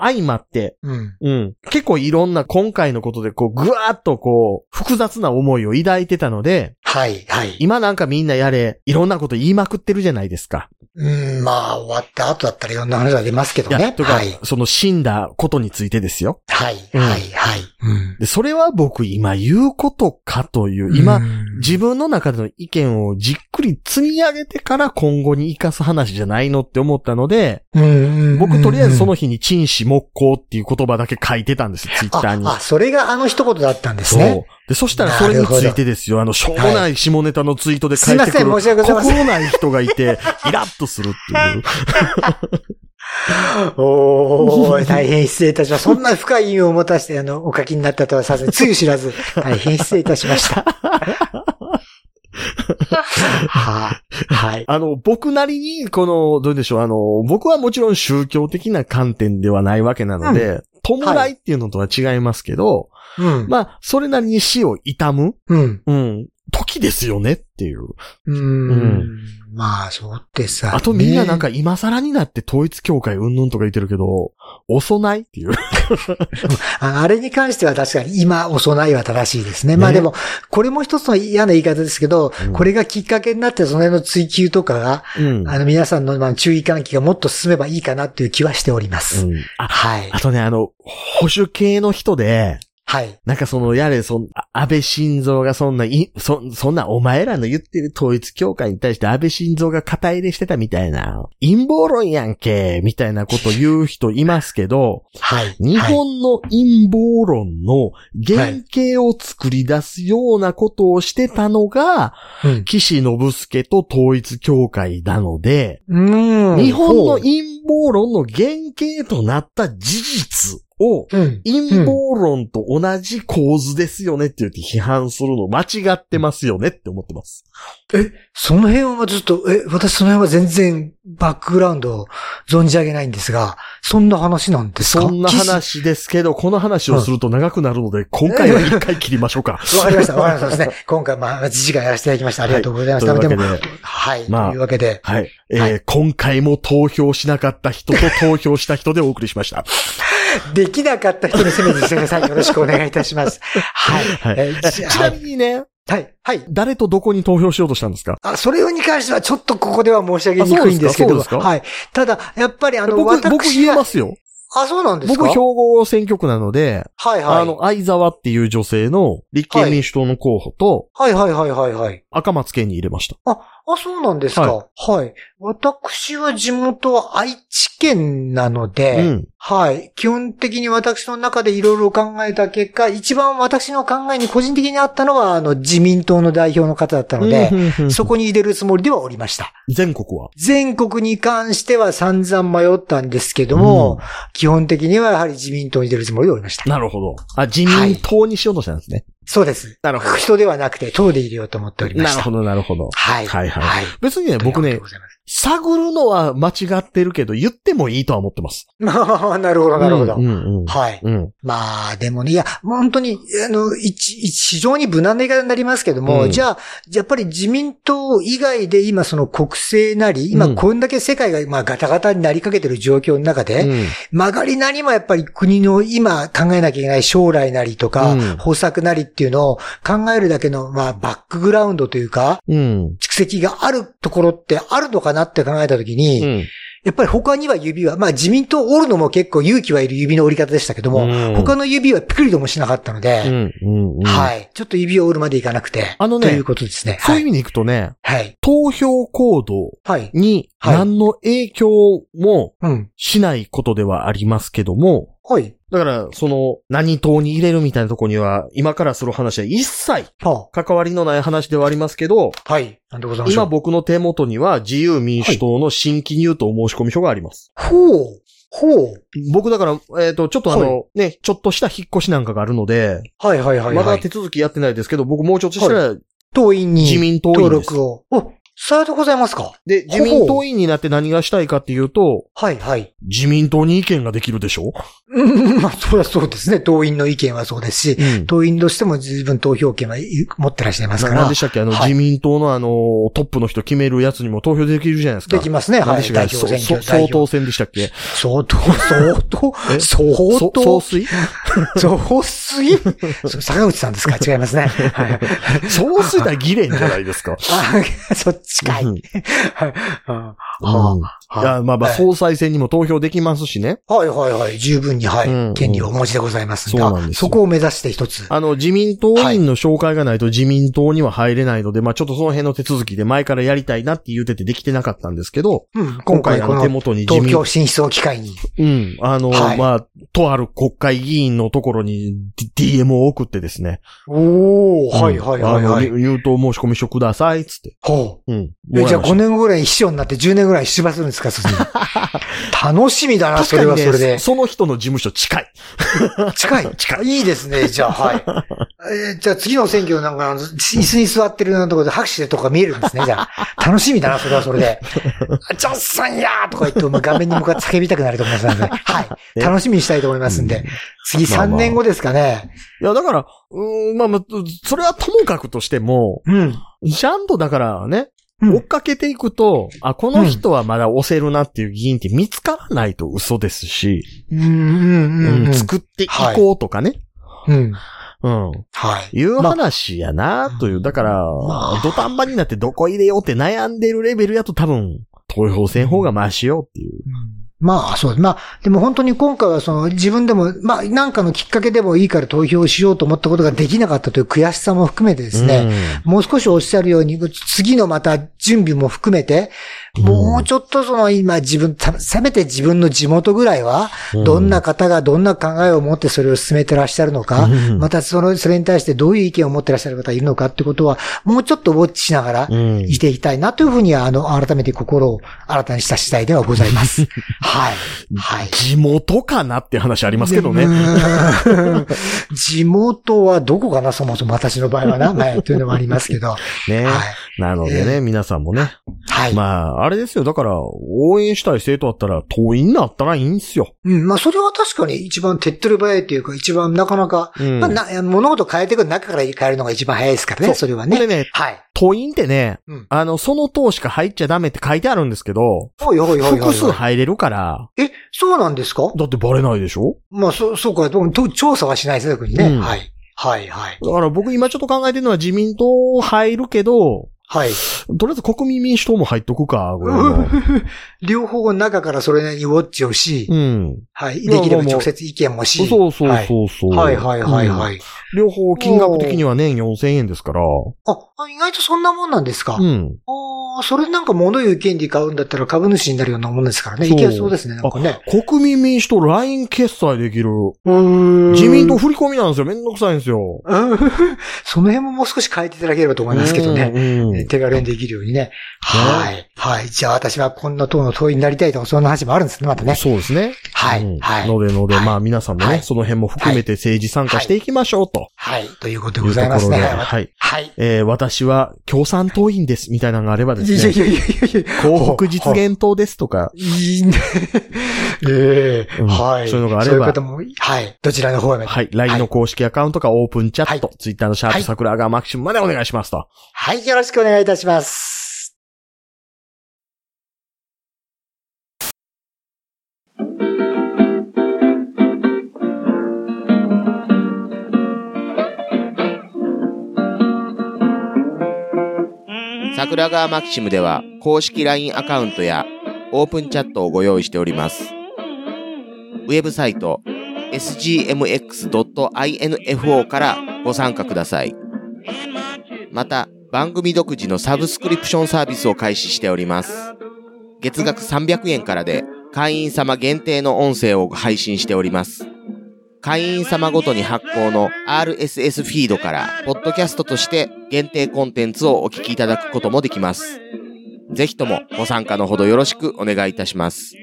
相まって、うん。うん、結構いろんな今回のことで、こう、ぐわーっとこう、複雑な思いを抱いてたので、はい、はい。今なんかみんなやれ、いろんなこと言いまくってるじゃないですか。うん、まあ、終わった後だったらいろんな話が出ますけどいや、ね。とか、はい。その死んだことについてですよ。はい、うんはい、はい。うんで、それは僕今言うことかという、今、うん自分の中での意見をじっくり積み上げてから今後に生かす話じゃないのって思ったので、うん僕とりあえずそのの日に陳死木工っていう言葉だけ書いてたんですよ、ツイッターに。あ、あそれがあの一言だったんですそうね。。で、そしたらそれについてですよ、あの、しょうもない下ネタのツイートで書いてくすいる、ません申し訳ございません心ない人がいて、イラッとするっていう。 おー、大変失礼いたしました。そんな深い意味を持たせて、あの、お書きになったとはさすがに、つゆ知ら ず、大変失礼いたしました。はい、はい。あの、僕なりに、この、どうでしょう、あの、僕はもちろん宗教的な観点ではないわけなので、弔いっていうのとは違いますけど、うん。まあ、それなりに死を悼むうん。うん。時ですよねっていう。う。うんまあ、そうですわねあとみんななんか、今更になって統一教会うんぬんとか言ってるけど、遅ないっていう。 ああれに関しては確かに今お供えは正しいですね。まあねでも、これも一つの嫌な言い方ですけど、うんこれがきっかけになってその辺の追求とかが、うんあの皆さんのまあ注意喚起がもっと進めばいいかなっていう気はしております。あ、はい。あとね、あの、保守系の人で、はい。なんかその、やれ、そん、あ安倍晋三がそんな、い、そ、そんなお前らの言ってる統一教会に対して安倍晋三が肩入れしてたみたいな、陰謀論やんけ、みたいなこと言う人いますけど、はい。日はい本の陰謀論の原型を作り出すようなことをしてたのが、うん岸信介と統一教会なので、うん日本のほう陰謀論の原型となった事実を、うん。陰謀論と同じ構図ですよねって言って批判するの間違ってますよねって思ってます。その辺はずっと、え、私その辺は全然バックグラウンドを存じ上げないんですが、そんな話なんですかそんな。話ですけど、この話をすると長くなるので、今回は一回切りましょうか。 わかりました。わかりました。ですね。今回、まあ、自治会やらせていただきました。ありがとうございました。はいといでうもわけで、はい。まあというわけで。はい。えーは今回も投票しなかった人と投票した人でお送りしました。できなかった人にせめてしてください。よろしくお願いいたします。はい。はいえーじゃあちなみにね、はい。はい。誰とどこに投票しようとしたんですかあ、それに関してはちょっとここでは申し上げにくいんですけあそうど。ですかそうですかはい。ただ、やっぱりあの、僕、僕私言えがま、すよ。あ、そうなんですか僕、兵庫選挙区なので、はいはい。あの、相沢っていう女性の立憲民主党の候補と、はいはいはいはいはい。赤松県に入れました。あ、そうなんですか。はい。私は地元は愛知県なので、うん。はい。基本的に私の中でいろいろ考えた結果、一番私の考えに個人的にあったのは、あの、自民党の代表の方だったので、うんそこに入れるつもりではおりました。全国は。全国に関しては散々迷ったんですけども、基本的にはやはり自民党に出るつもりでおりました。なるほど。あ、自民党にしようとしたんですね。そうです。なるほ人ではなくて、党で入れようと思っておりまなしるた。ほど、なるほど。はい。はいはいはい。別にね、僕ありがとねう、ございます探るのは間違ってるけど、言ってもいいとは思ってます。まあ、なるほど、なるほど。うん、うん、はい。うん。うん。まあ、でもね、いや、本当に、あの、一、一非常に無難な言い方になりますけども、うんじゃあ、やっぱり自民党以外で今その国政なり、今うんこんだけ世界がまあガタガタになりかけてる状況の中で、うん曲がりなりもやっぱり国の今考えなきゃいけない将来なりとか、うん方策なりっていうのを考えるだけの、まあ、バックグラウンドというか、うん。蓄積があるところってあるのかなって考えたときに、うん。やっぱり他には指は、まあ自民党折るのも結構勇気はいる指の折り方でしたけども、うん他の指はピクリともしなかったのうで、んうん。うんはい。ちょっと指を折るまでいかなくて、あのねということですね。そういうは意い。味にいくとね、はい。投票行動はい。にはい何の影響もうん。しないことではありますけども、はい。だから、その、何党に入れるみたいなとこには、今からする話は一切は関わりのない話ではありますけど、あ、はい。なんでございましょ今う。僕の手元には自由民主党の新規入党申し込み書があります。ほう。ほう。僕だから、えっ、と、ちょっとあの、ね、ちょっとした引っ越しなんかがあるので、はいはいはい、はい。まだ手続きやってないですけど、僕もうちょっとしたら党員に自民党員登です。録を。お、さようでございますか。で、自民党員になって何がしたいかっていうと、はいはい。 自民党に意見ができるでしょうん、まあ、そりゃそうですね。党員の意見はそうですし、うん。党員としても十分投票権はい持ってらっしゃいますなかなんらで。したっけあの、はい自民党のあの、トップの人決めるやつにも投票できるじゃないですか。できますね。何はでい。した代っ表け、選そ挙。そ総代表統選でしたっけ相当、相当、え相そ総当、帥雑炊そう坂口さんですか違いますね。はい総帥だ議連じゃない ですか。あそっちかい。うんうんうんいや、まあまあ、はい総裁選にも投票できますしね。はいはいはい。十分に、はうんい。権利をお持ちでございますんでそうなんですよそこを目指して一つ。あの、自民党員の紹介がないと自民党には入れないので、まあちょっとその辺の手続きで前からやりたいなって言うててできてなかったんですけど、うん今今回回あこの手の元に自東民京進出を機会に。うん。あの、はいまあ、とある国会議員のところに D- DM を送ってですね。おー、はいはいはいはあいの。入入党申し込み書ください、つって。ほう。うん。えもらじいゃあまし5た年後ぐらいに秘書になって10年ぐらい出馬するんですか、それ楽しみだな、それは確かそにれねで。その人の事務所近い。近い。近い。いいです ね、じゃあ、はい。えーじゃあ次の選挙なんか、椅子に座ってるようなところで拍手とか見えるんですね、じゃ あ。楽しみだな、それはそれ で。ジョッさんやーとか言って、もう画面に向かって叫びたくなると思います ので、はい。ね楽しみにしたいと思いますんうんで。次まあ3まあ年後ですかね。いや、だから、うーん、まあまあ、それはともかくとしても、うん。ちゃんとだからね、うん追っかけていくと、あ、この人はまだ押せるなっていう議員って見つからないと嘘ですし、うん、うん、うん。ううんん作っていこうとかね。うん。うん。はい。いう話やなという。だから、まあ土壇場になってどこ入れようって悩んでるレベルやと多分、投票戦方がマシよっていう。まあ、そうです。まあ、でも本当に今回はその自分でも、まあ、なんかのきっかけでもいいから投票しようと思ったことができなかったという悔しさも含めてですね、もう少しおっしゃるように、次のまた準備も含めて、うんもうちょっとその今自分、たせめて自分の地元ぐらいは、うんどんな方がどんな考えを持ってそれを進めてらっしゃるのか、うんまたその、それに対してどういう意見を持ってらっしゃる方がいるのかってことは、もうちょっとウォッチしながらう、ん。うん。していきたいなというふうには、あの、改めて心を新たにした次第ではござい ます。はい。はい。地元かなって話ありますけどうね。ーん。 地元はどこかな、そもそも私の場合はな、はい、というのもありますけど。は ねい。。なのでね、皆さんもね。はい。まあ、あれですよ。だから、応援したい生徒だったら、党員になったらいいんすよ。うん、まあ、それは確かに一番手っ取り早いというか、一番なかなか、うんまあ、な物事変えていく中から変えるのが一番早いですからね、そうそれはこれね。ね、はい。党員ってねうん、あの、その党しか入っちゃダメって書いてあるんですけど、おいおいおいおいお複い数入れるから、え、そうなんですかだってバレないでしょまあ、そう、そうか、でもと調査はしないですね、特にね。うんはい。はいはい。だから僕今ちょっと考えてるのは自民党入るけど、はい。とりあえず国民民主党も入っとくか、ぐらいの。 両方の中からそれなりにウォッチをし、うん。はい。いやできればもう直接意見もし。そうそうはいそうそう。はいはいはいはいい。。両方金額的には年4000円ですから。あ、意外とそんなもんなんですか。うん。ああ、それなんか物言う権利買うんだったら株主になるようなもんですからね。いそうけそうですね、なんかね。国民民主党 LINE 決済できる。自自民党振り込みなんですよ。めんどくさいんですよ。うん その辺ももう少し変えていただければと思いますけどね。うんうん手軽にできるようにね。はい。はい。じゃあ私はこんな党の党員になりたいとか、そんな話もあるんですね、またね。そうですね。はいうんはいのでので、はいまあ皆さんもはね、いその辺も含めて政治参加していきましょうと。はい。ということいでごうとざいまこすろで、ね。はい。はい。えー私は共産党員です、みたいなのがあればでいやすいね、やいやいやいや。幸福実現党ですとか、いいね。ええうんはい。そういうのがあればそういう方も、はい。どちらの方へも。はい、LINE の公式アカウントかオープンチャット、は Twitter のシャーはプい桜川マキシムまでお願いしますと。はい。よろしくお願いいたします。桜川マキシムでは公式 LINE アカウントやオープンチャットをご用意しております。ウェブサイト sgmx.info からご参加ください。また、番組独自のサブスクリプションサービスを開始しております。月額300円からで会員様限定の音声を配信しております。会員様ごとに発行の RSS フィードから、ポッドキャストとして限定コンテンツをお聞きいただくこともできます。ぜひともご参加のほどよろしくお願いいたします。